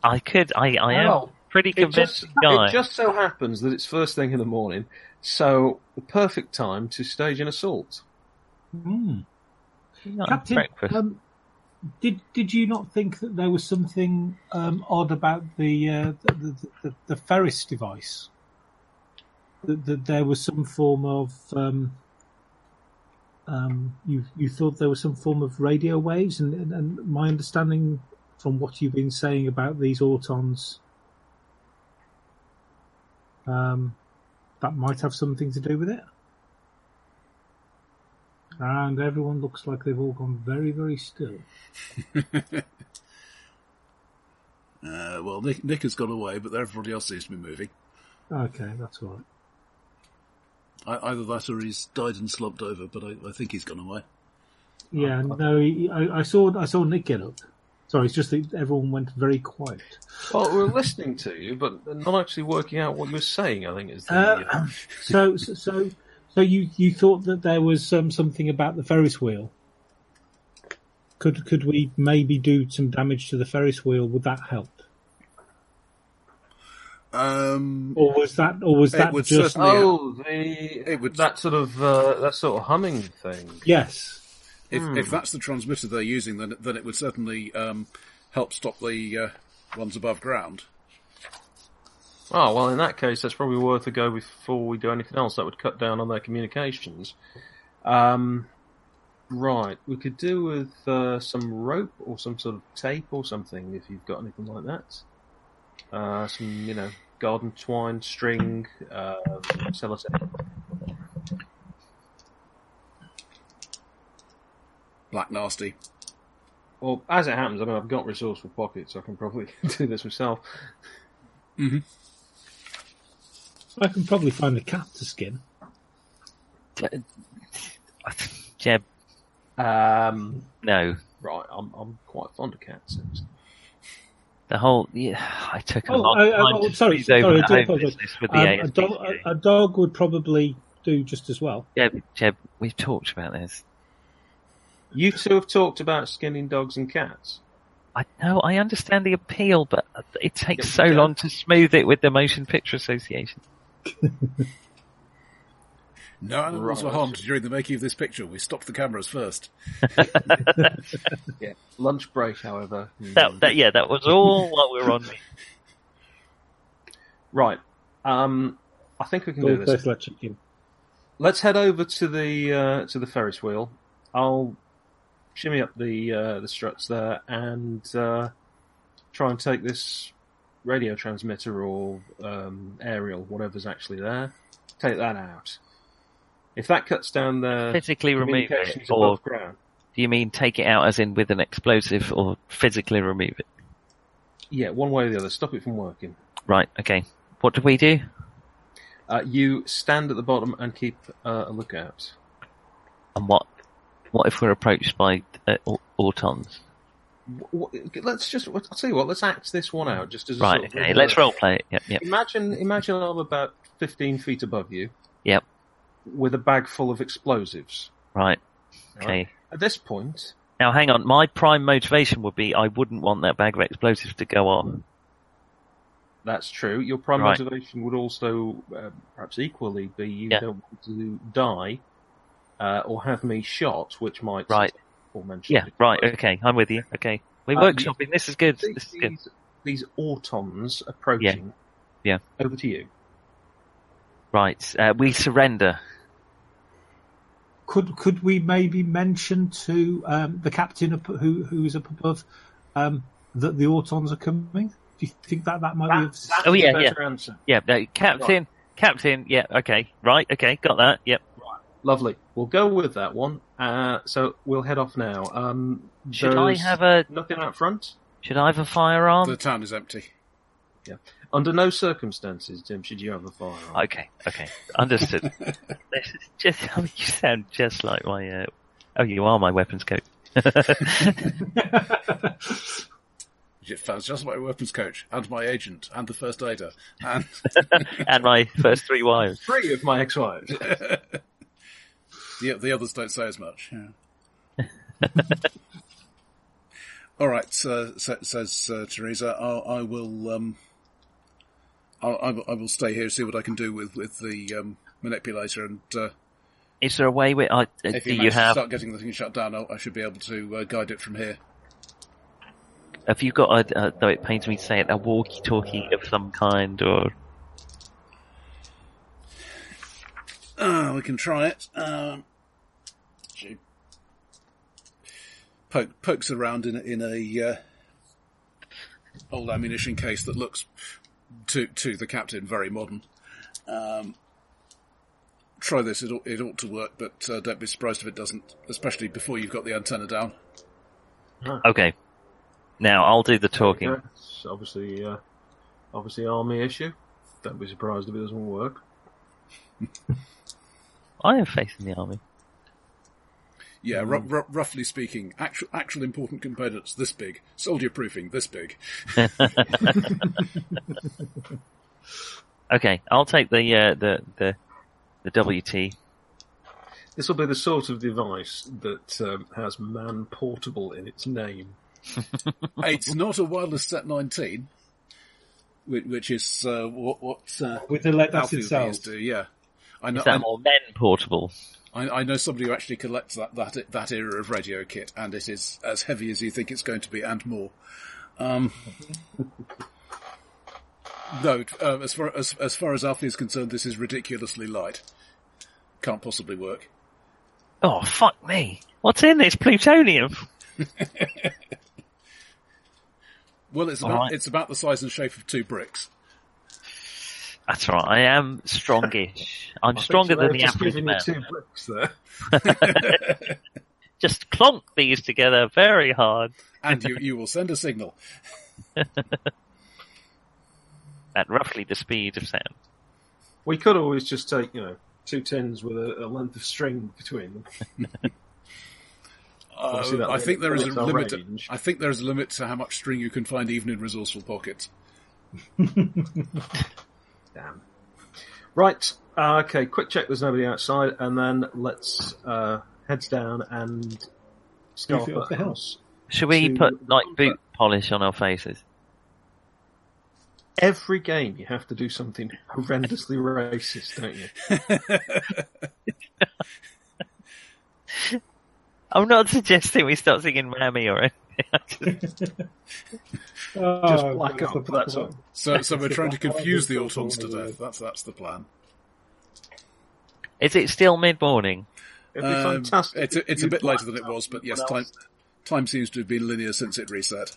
I could, I, I am Well, pretty It just, convincing guy. it just so happens that it's first thing in the morning, so the perfect time to stage an assault. Hmm. Not Captain, Oh, breakfast. um, did did you not think that there was something um, odd about the, uh, the, the, the the Ferris device? That, that there was some form of um, um, you you thought there was some form of radio waves, and, and, and my understanding from what you've been saying about these autons, um, that might have something to do with it. And everyone looks like they've all gone very, very still. Uh, well, Nick, Nick has gone away, but everybody else seems to be moving. Okay, that's all right. I, either that or he's died and slumped over, but I, I think he's gone away. Oh, Yeah, no, he- I, I saw I saw Nick get up, Sorry, it's just that everyone went very quiet. Well, we're listening to you, but not actually working out what you're saying. I think is the Uh, so, so, so, so you you thought that there was um, something about the Ferris wheel. Could could we maybe do some damage to the Ferris wheel? Would that help, Um, or was that, or was It that would just certainly- oh the It would- that sort of uh, that sort of humming thing. yes? If, if that's the transmitter they're using, then then it would certainly um, help stop the uh, ones above ground. Oh well, in that case, that's probably worth a go before we do anything else. That would cut down on their communications. Um, right, we could do with uh, some rope or some sort of tape or something if you've got anything like that. Uh, some, you know, garden twine, string, uh, sellotape. Black nasty. Well, as it happens, I mean, I've got resourceful pockets. I can probably do this myself. I can probably find a cat to skin. Yeah, Um, no. right, I'm, I'm quite fond of cats. The whole yeah, I took a Oh, long I- I- time oh, to sorry, freeze sorry, over I the do home apologise. business with the Um, a, dog, ASPCA. a, a dog would probably do just as well. Jeb, Jeb, we've talked about this. You two have talked about skinning dogs and cats. I know, I understand the appeal, but it takes Yeah, so yeah. long to smooth it with the Motion Picture Association. No animals were Right. harmed during the making of this picture. We stopped the cameras first. Yeah. Lunch break, however. That, that, yeah, that was all what we were on. Right. Um, I think we can Or do this. both let chicken. Let's head over to the uh, to the Ferris wheel. I'll shimmy up the uh, the struts there and uh, try and take this radio transmitter or um, aerial, whatever's actually there. Take that out. If that cuts down the Physically remove it, communications or above ground, do you mean take it out as in with an explosive, or physically remove it? yeah, one way or the other, stop it from working. Right, okay. What do we do? Uh, you stand at the bottom and keep uh, a lookout. And what, what if we're approached by uh, au- autons? W- w- Let's just, I'll tell you what, let's act this one out just as a Right, sort of- okay, let's roleplay it. Yep, yep, Imagine, imagine I'm about 15 feet above you yep, with a bag full of explosives. right, okay. right? At this point, Now, hang on. My prime motivation would be I wouldn't want that bag of explosives to go off. that's true. Your prime Right. motivation would also, uh, perhaps equally, be you Yeah. don't want to die uh, or have me shot, which might Right. or mention Yeah, right. Okay, I'm with you. Okay, we Uh, workshopping. This is good. These, This is good. these, these autons approaching. Yeah. Over to you. Right, uh, we surrender. Could could we maybe mention to um, the captain up, who who is up above um, that the Autons are coming? Do you think that that might be? Of... That's Oh, a yeah, better answer. Yeah, no, captain, captain. Yeah, okay, right, okay, got that. Yep. Lovely. We'll go with that one. Uh, so we'll head off now. Um, Should there's I have a nothing out front? Should I have a The firearm? town is empty. Yeah. Under no circumstances, Jim, should you have a firearm. Okay, okay, understood. this is just. I mean, you sound just like my. Uh... Oh, you are my weapons coach. That's just my weapons coach and my agent and the first aider. And and my first three wives. Three of my ex-wives. the, the others don't say as much. Yeah. All right, so, so, says uh, Teresa. I, I will. Um, I, I will- I will stay here see what I can do with with the um, manipulator, and uh, Is there a way where I uh, if do he you manages to have? start getting the thing shut down, I'll, I should be able to uh, guide it from here. Have you got a? Uh, though it pains me to say it, a walkie-talkie of some kind, or Uh, we can try it. Um, she poke, pokes around in, a- in a uh, old ammunition case that looks to to the captain very modern. Um, try this; it ought, it ought to work, but uh, don't be surprised if it doesn't, especially before you've got the antenna down. Okay. Now I'll do the talking. That's obviously, uh, obviously army issue. Don't be surprised if it doesn't work. I have faith in the army. Yeah, ru- ru- roughly speaking, actual, actual important components this big, soldier proofing this big. Okay, I'll take the uh, the the the WT. This will be the sort of device that um, has man portable in its name. it's not a wireless Set 19, which, which is uh, what, what uh, With the lead acid Alfie cells. used to, yeah. I know, Is that more men portable? I, I know somebody who actually collects that, that that era of radio kit, and it is as heavy as you think it's going to be, and more. Um, no, um, as far as as far as Alfie is concerned, this is ridiculously light. Can't possibly work. Oh fuck me! What's in this plutonium? Well, it's All about right. it's about the size and shape of two bricks. That's right. I am strongish. I'm stronger than the Just average giving man. you two bricks there. Just clonk these together very hard. and you, you will send a signal. at roughly the speed of sound. We could always just take, you know, two tins with a, a length of string between them. Obviously, Uh, that I think there is a limits our limit. range. I think there is a limit to how much string you can find, even in resourceful pockets. Damn. Right. Uh, okay. Quick check. There's nobody outside, and then let's uh, heads down and scarf it off the the house. Should we To- put like boot polish on our faces? Every game you have to do something horrendously racist, don't you? I'm not suggesting we start singing Mammy or anything. I just- Oh, Just black that's up. the That's all. problem. So, so we're trying to That's why confuse the we're Autons to talking about death. That's that's the plan. Is it still mid morning? It'd be Um, fantastic. It's if a, it's a you bit later than blacked it was, out but someone yes, else. time time seems to have been linear since it reset.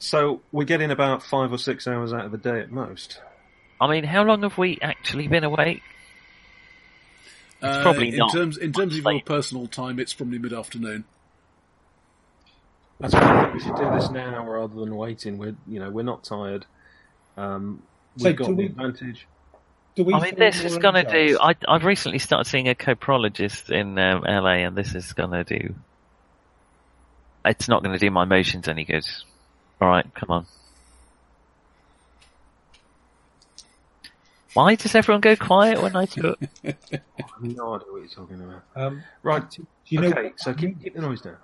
So we're getting about five or six hours out of a day at most. I mean, how long have we actually been awake? Uh, probably in not terms in terms of much your later. personal time. It's probably mid afternoon. That's why we should do this now rather than waiting. We're, you know, we're not tired. Um, So we've do got the we- advantage. Do we I mean, feel this is more going to energized? do. I, I've recently started seeing a coprologist in um, LA, and this is going to do. It's not going to do my motions any good. All right, come on. Why does everyone go quiet when I talk? I've no idea what you're talking about. Um, Right. do you know? okay, so keep, keep the noise down.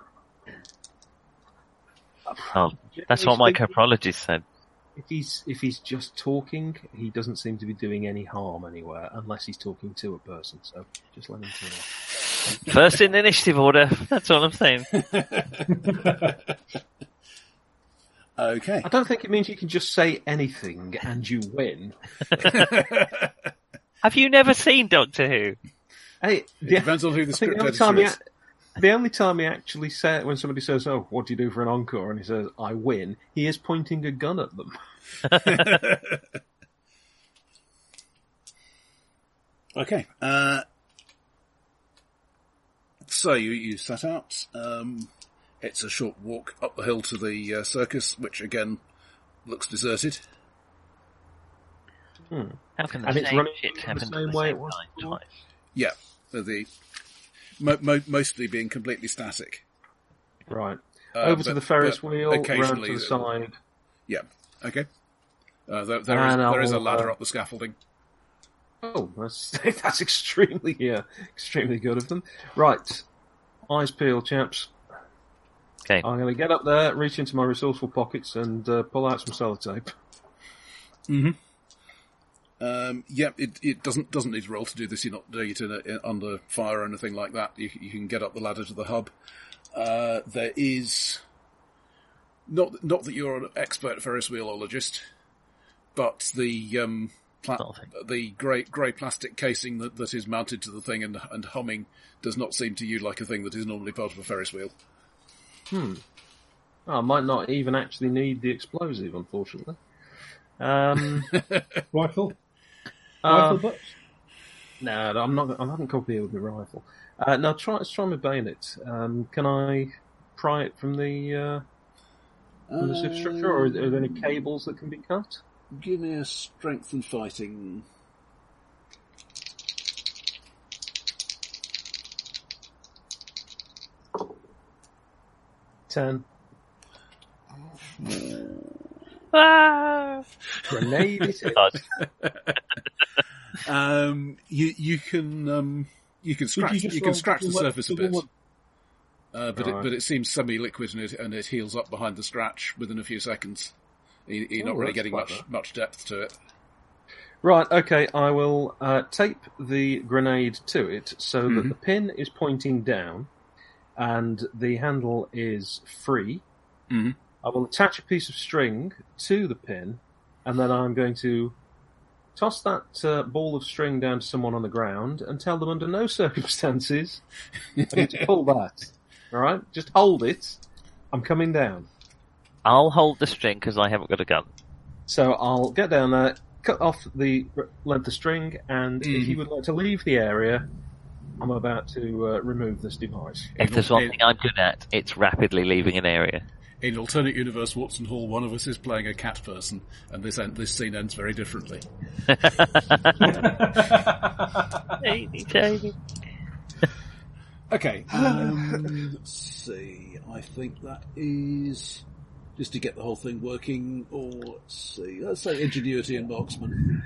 Oh, that's what my coprologist said. If he's if he's just talking, he doesn't seem to be doing any harm anywhere, unless he's talking to a person. So just let him talk. First in initiative order. That's all I'm saying. Okay. I don't think it means you can just say anything and you win. Have you never seen Doctor Who? Hey, It depends on who the I think script the only editor time he, is. the only time he actually said when somebody says, "Oh, what do you do for an encore?" and he says, "I win," he is pointing a gun at them. Okay. Uh, so you, you set out. Um, it's a short walk up the hill to the uh, circus, which again looks deserted. How can the And it's same running shit the happen at same the way same it was time before? twice? Yeah, the, the mo- mo- mostly being completely static. Right. Uh, Over to but- the Ferris but wheel, round occasionally to the it- side. Yeah. Okay. Uh, there, there is And I'll, there is a ladder uh, up the scaffolding. Oh, that's that's extremely yeah, extremely good of them. Right, eyes peeled, chaps. Okay. I'm going to get up there, reach into my resourceful pockets, and uh, pull out some sellotape. Um, yeah, it, it doesn't doesn't need to roll to do this. You're not doing it in a, in, under fire or anything like that. You, you can get up the ladder to the hub. Uh, there is not not that you're an expert Ferris wheelologist, but the um, pla- Sort of the grey grey plastic casing that, that is mounted to the thing and and humming does not seem to you like a thing that is normally part of a Ferris wheel. I might not even actually need the explosive, unfortunately. Um, Rifle, uh, rifle butt. no, no, I'm not. I haven't copied it with my rifle. Uh, now try let's try my bayonet. Um, can I pry it from the uh, from the superstructure, or are there any cables that can be cut? Give me a strength and fighting. Ten. Ah, Grenade it. is. God. Um, you you can um, you can Would scratch you, just can roll scratch the double- surface a double bit, one? uh, but it, Right. but it seems semi-liquid and it, and it heals up behind the scratch within a few seconds. You, you're not Oh, really that's getting much clever. much depth to it. Right, okay, I will uh, tape the grenade to it so that Mhm. the pin is pointing down and the handle is free. Mhm. I will attach a piece of string to the pin and then I'm going to toss that uh, ball of string down to someone on the ground and tell them under no circumstances I need to pull that. All right? Just hold it. I'm coming down. I'll hold the string because I haven't got a gun. So I'll get down there, cut off the r- length of string, and if you would like to leave the area, I'm about to uh, remove this device. If In there's al- one thing I'm good at, it's rapidly leaving an area. in, in alternate universe Watson Hall, one of us is playing a cat person, and this end, this scene ends very differently. Jamie, Jamie. Okay. Um, let's see. I think that is just to get the whole thing working, or let's see. Let's say ingenuity and marksman.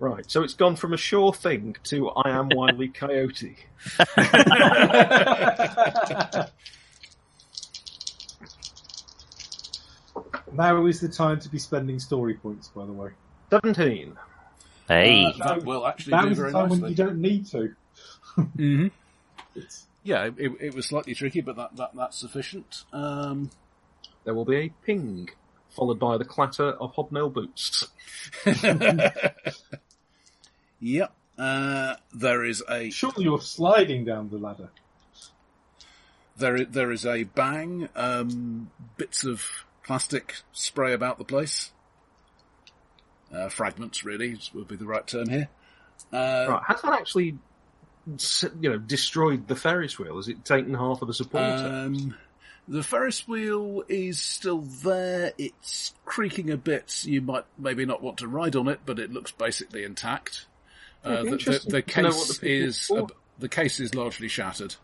Right, so it's gone from a sure thing to I am wildly coyote. Now is the time to be spending story points, by the way. 17. Hey, That will actually Now do is the very time when nicely. you don't need to. Mm-hmm. It's, Yeah, it, it- it was slightly tricky, but that, that that's sufficient. Um, There will be a ping, followed by the clatter of hobnail boots. yep. Uh, there is a surely you're sliding down the ladder. there i- there is a bang. Um, bits of plastic spray about the place. Uh, fragments, really, would be the right term here. Uh, Right, has that actually, s- you know, destroyed the Ferris wheel? Has it taken half of the supporter? Um, the Ferris wheel is still there. It's creaking a bit. You might maybe not want to ride on it, but it looks basically intact. Uh, It'd be the, the, interesting the to know what the case picture is is for. ab- the case is largely shattered.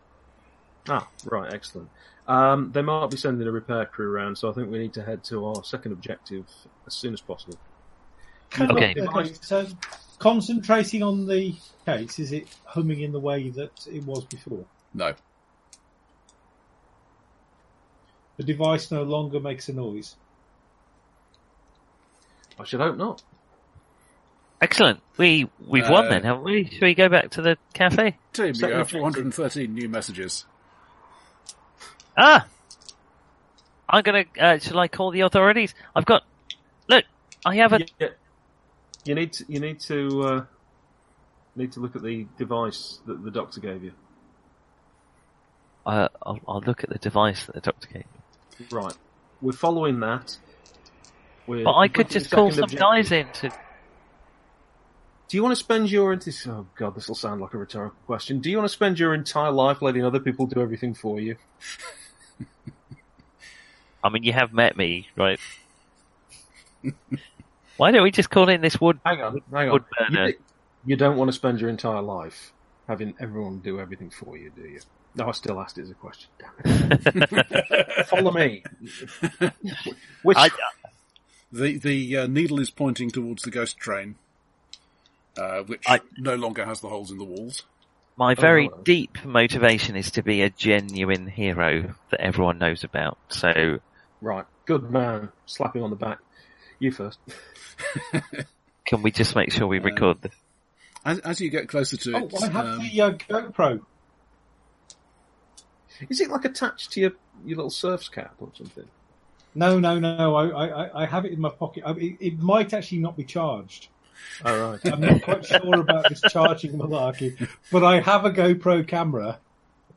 Ah, right, excellent. Um, they might be sending a repair crew around, so I think we need to head to our second objective as soon as possible. Cannot- Okay. So concentrating on the case, is it humming in the way that it was before? No, The device no longer makes a noise. I should hope not. excellent. We we've won Uh, then, haven't we? Should we go back to the cafe? Tim, you Second have objective. 413 new messages. Ah, I'm gonna. Uh, shall I call the authorities? I've got. Look, I have a. You, you need to, you need to uh, need to look at the device that the doctor gave you. Uh, I'll, I'll look at the device that the doctor gave. me. Right, we're following that. We're But I could looking at just the call second some objective. guys in to. Do you want to spend your enti- oh god, this will sound like a rhetorical question. Do you want to spend your entire life letting other people do everything for you? I mean, you have met me, right? Why don't we just call in this wood? Hang on, hang on. Would You, burner. di- you don't want to spend your entire life having everyone do everything for you, do you? No, I still asked it as a question. Damn it. Follow me. Which I, The the uh, needle is pointing towards the ghost train, uh, which I- no longer has the holes in the walls. my very hello. deep motivation is to be a genuine hero that everyone knows about. So right, good man. Slap him on the back. You first. can we just make Uh, sure we record this? As, as you get closer to Oh, it, I have um, the uh, GoPro. Is it like attached to your, your little surf's cap or something? No, no, no. I, I, I- I have it in my pocket. I, it, it might actually not be charged. All right. I'm not quite sure about this charging malarkey, but I have a GoPro camera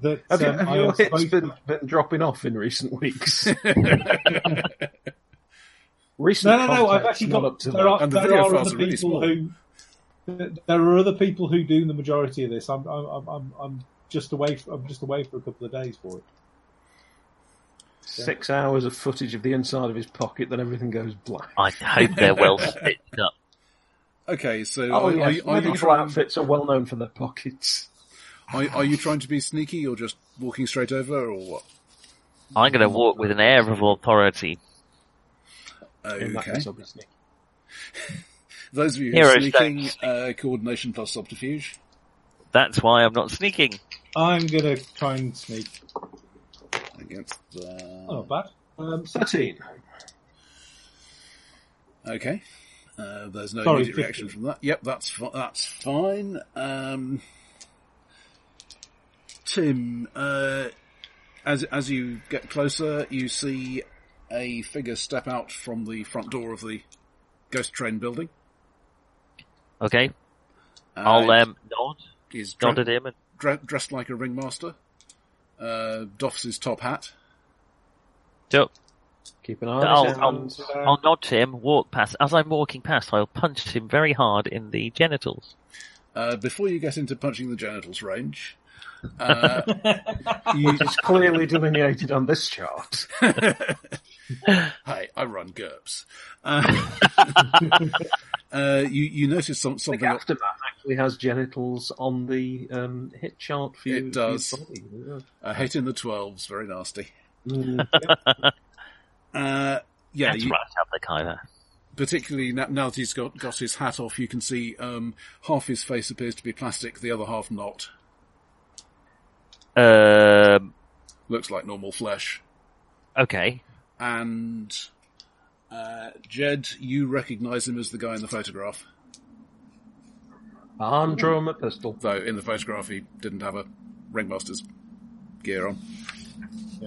that Have, you, um, have I your am hits supposed been, to. been dropping off in recent weeks? recent No, no, no. I've contacts actually not got. up to there that. are, And the there video are files other are really people small. who. There are other people who do the majority of this. I'm, I'm, I'm- I'm, I'm just away. f I'm just away for a couple of days for it. Six hours of footage of the inside of his pocket, then everything goes black. I hope they're well stitched up. okay, so Oh, are, yeah. are you- are you Medical trying- outfits are well known for their pockets. Are, are you trying to be sneaky or just walking straight over or what? I'm going to walk with an air of authority. In that Okay. case, I'll be sneaky. Those of you who Hero are sneaking, stakes. uh, coordination plus subterfuge. That's why I'm not sneaking. I'm gonna try and sneak. Against uh, the... Oh, not bad. Um, 13. Okay. Uh, there's no Sorry, immediate reaction 50. from that. Yep, that's fi- that's fine. Um, Tim, uh, as as you get closer, you see a figure step out from the front door of the ghost train building. Okay, Uh, I'll um, nod, he's dre- nod at him, and dre- dressed like a ringmaster. Uh, doffs his top hat. so, Keep an eye I'll, on his I'll, hands. uh, I'll nod to him, walk past. As I'm walking past, I'll punch him very hard in the genitals. Uh, before you get into punching the genitals range, uh, Which is clearly delineated on this chart. Hey, I run GURPS. Uh, uh, you you notice some, I think something. Aftermath actually has genitals on the um, hit chart for It you. does. You A hit in the twelves, very nasty. mm, Uh, yeah, That's you, right, have the Kyber. particularly now, now that he's got got his hat off, you can see um, half his face appears to be plastic, the other half not. Um, Looks like normal flesh. okay. And uh, Jed, you recognise him as the guy in the photograph, I'm drawing my pistol. though in the photograph he didn't have a ringmaster's gear on.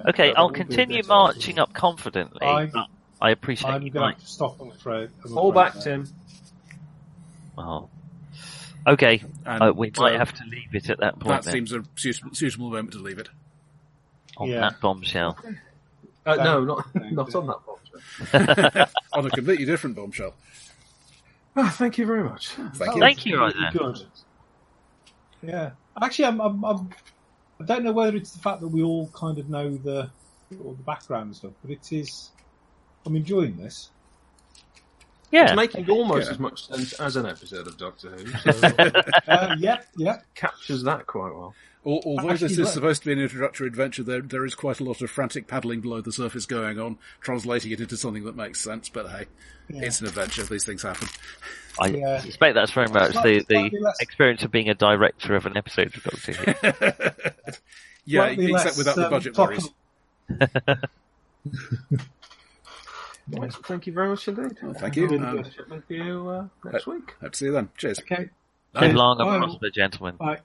Okay, that I'll would be a continue good marching up confidently. I- but I appreciate I'm you gonna might. have to stop. I'm afraid. I'm Fall afraid back, now. Tim. Oh. Okay, And, uh, we might uh, have to leave it at that point That then, seems a suitable, suitable moment to leave it. on yeah. that bombshell. Uh, Thank- no, not thank not you. on that box. on a completely different bombshell. Ah, thank you very much. Oh, Thank you. Thank you, right there. Good. Yeah. Actually, I'm, I'm, I'm, I don't know whether it's the fact that we all kind of know the all the background and stuff, but it is. I'm enjoying this. Yeah, It's making almost Yeah. as much sense as an episode of Doctor Who, so it Uh, yep, yep. captures that quite well. Al- Although this Actually, is right. supposed to be an introductory adventure, there there is quite a lot of frantic paddling below the surface going on, translating it into something that makes sense. But hey, Yeah. it's an adventure; these things happen. I Yeah. suspect that's very much not- the, it's the uh, slightly less- experience of being a director of an episode of Doctor Who. Yeah, Slightly except less, without the um, budget top- worries. Right, thank you very much indeed. thank you. Really Um, good. With you uh, next week. Hope to see you then. Cheers. Okay. Live long and Bye. prosper, gentlemen. Bye.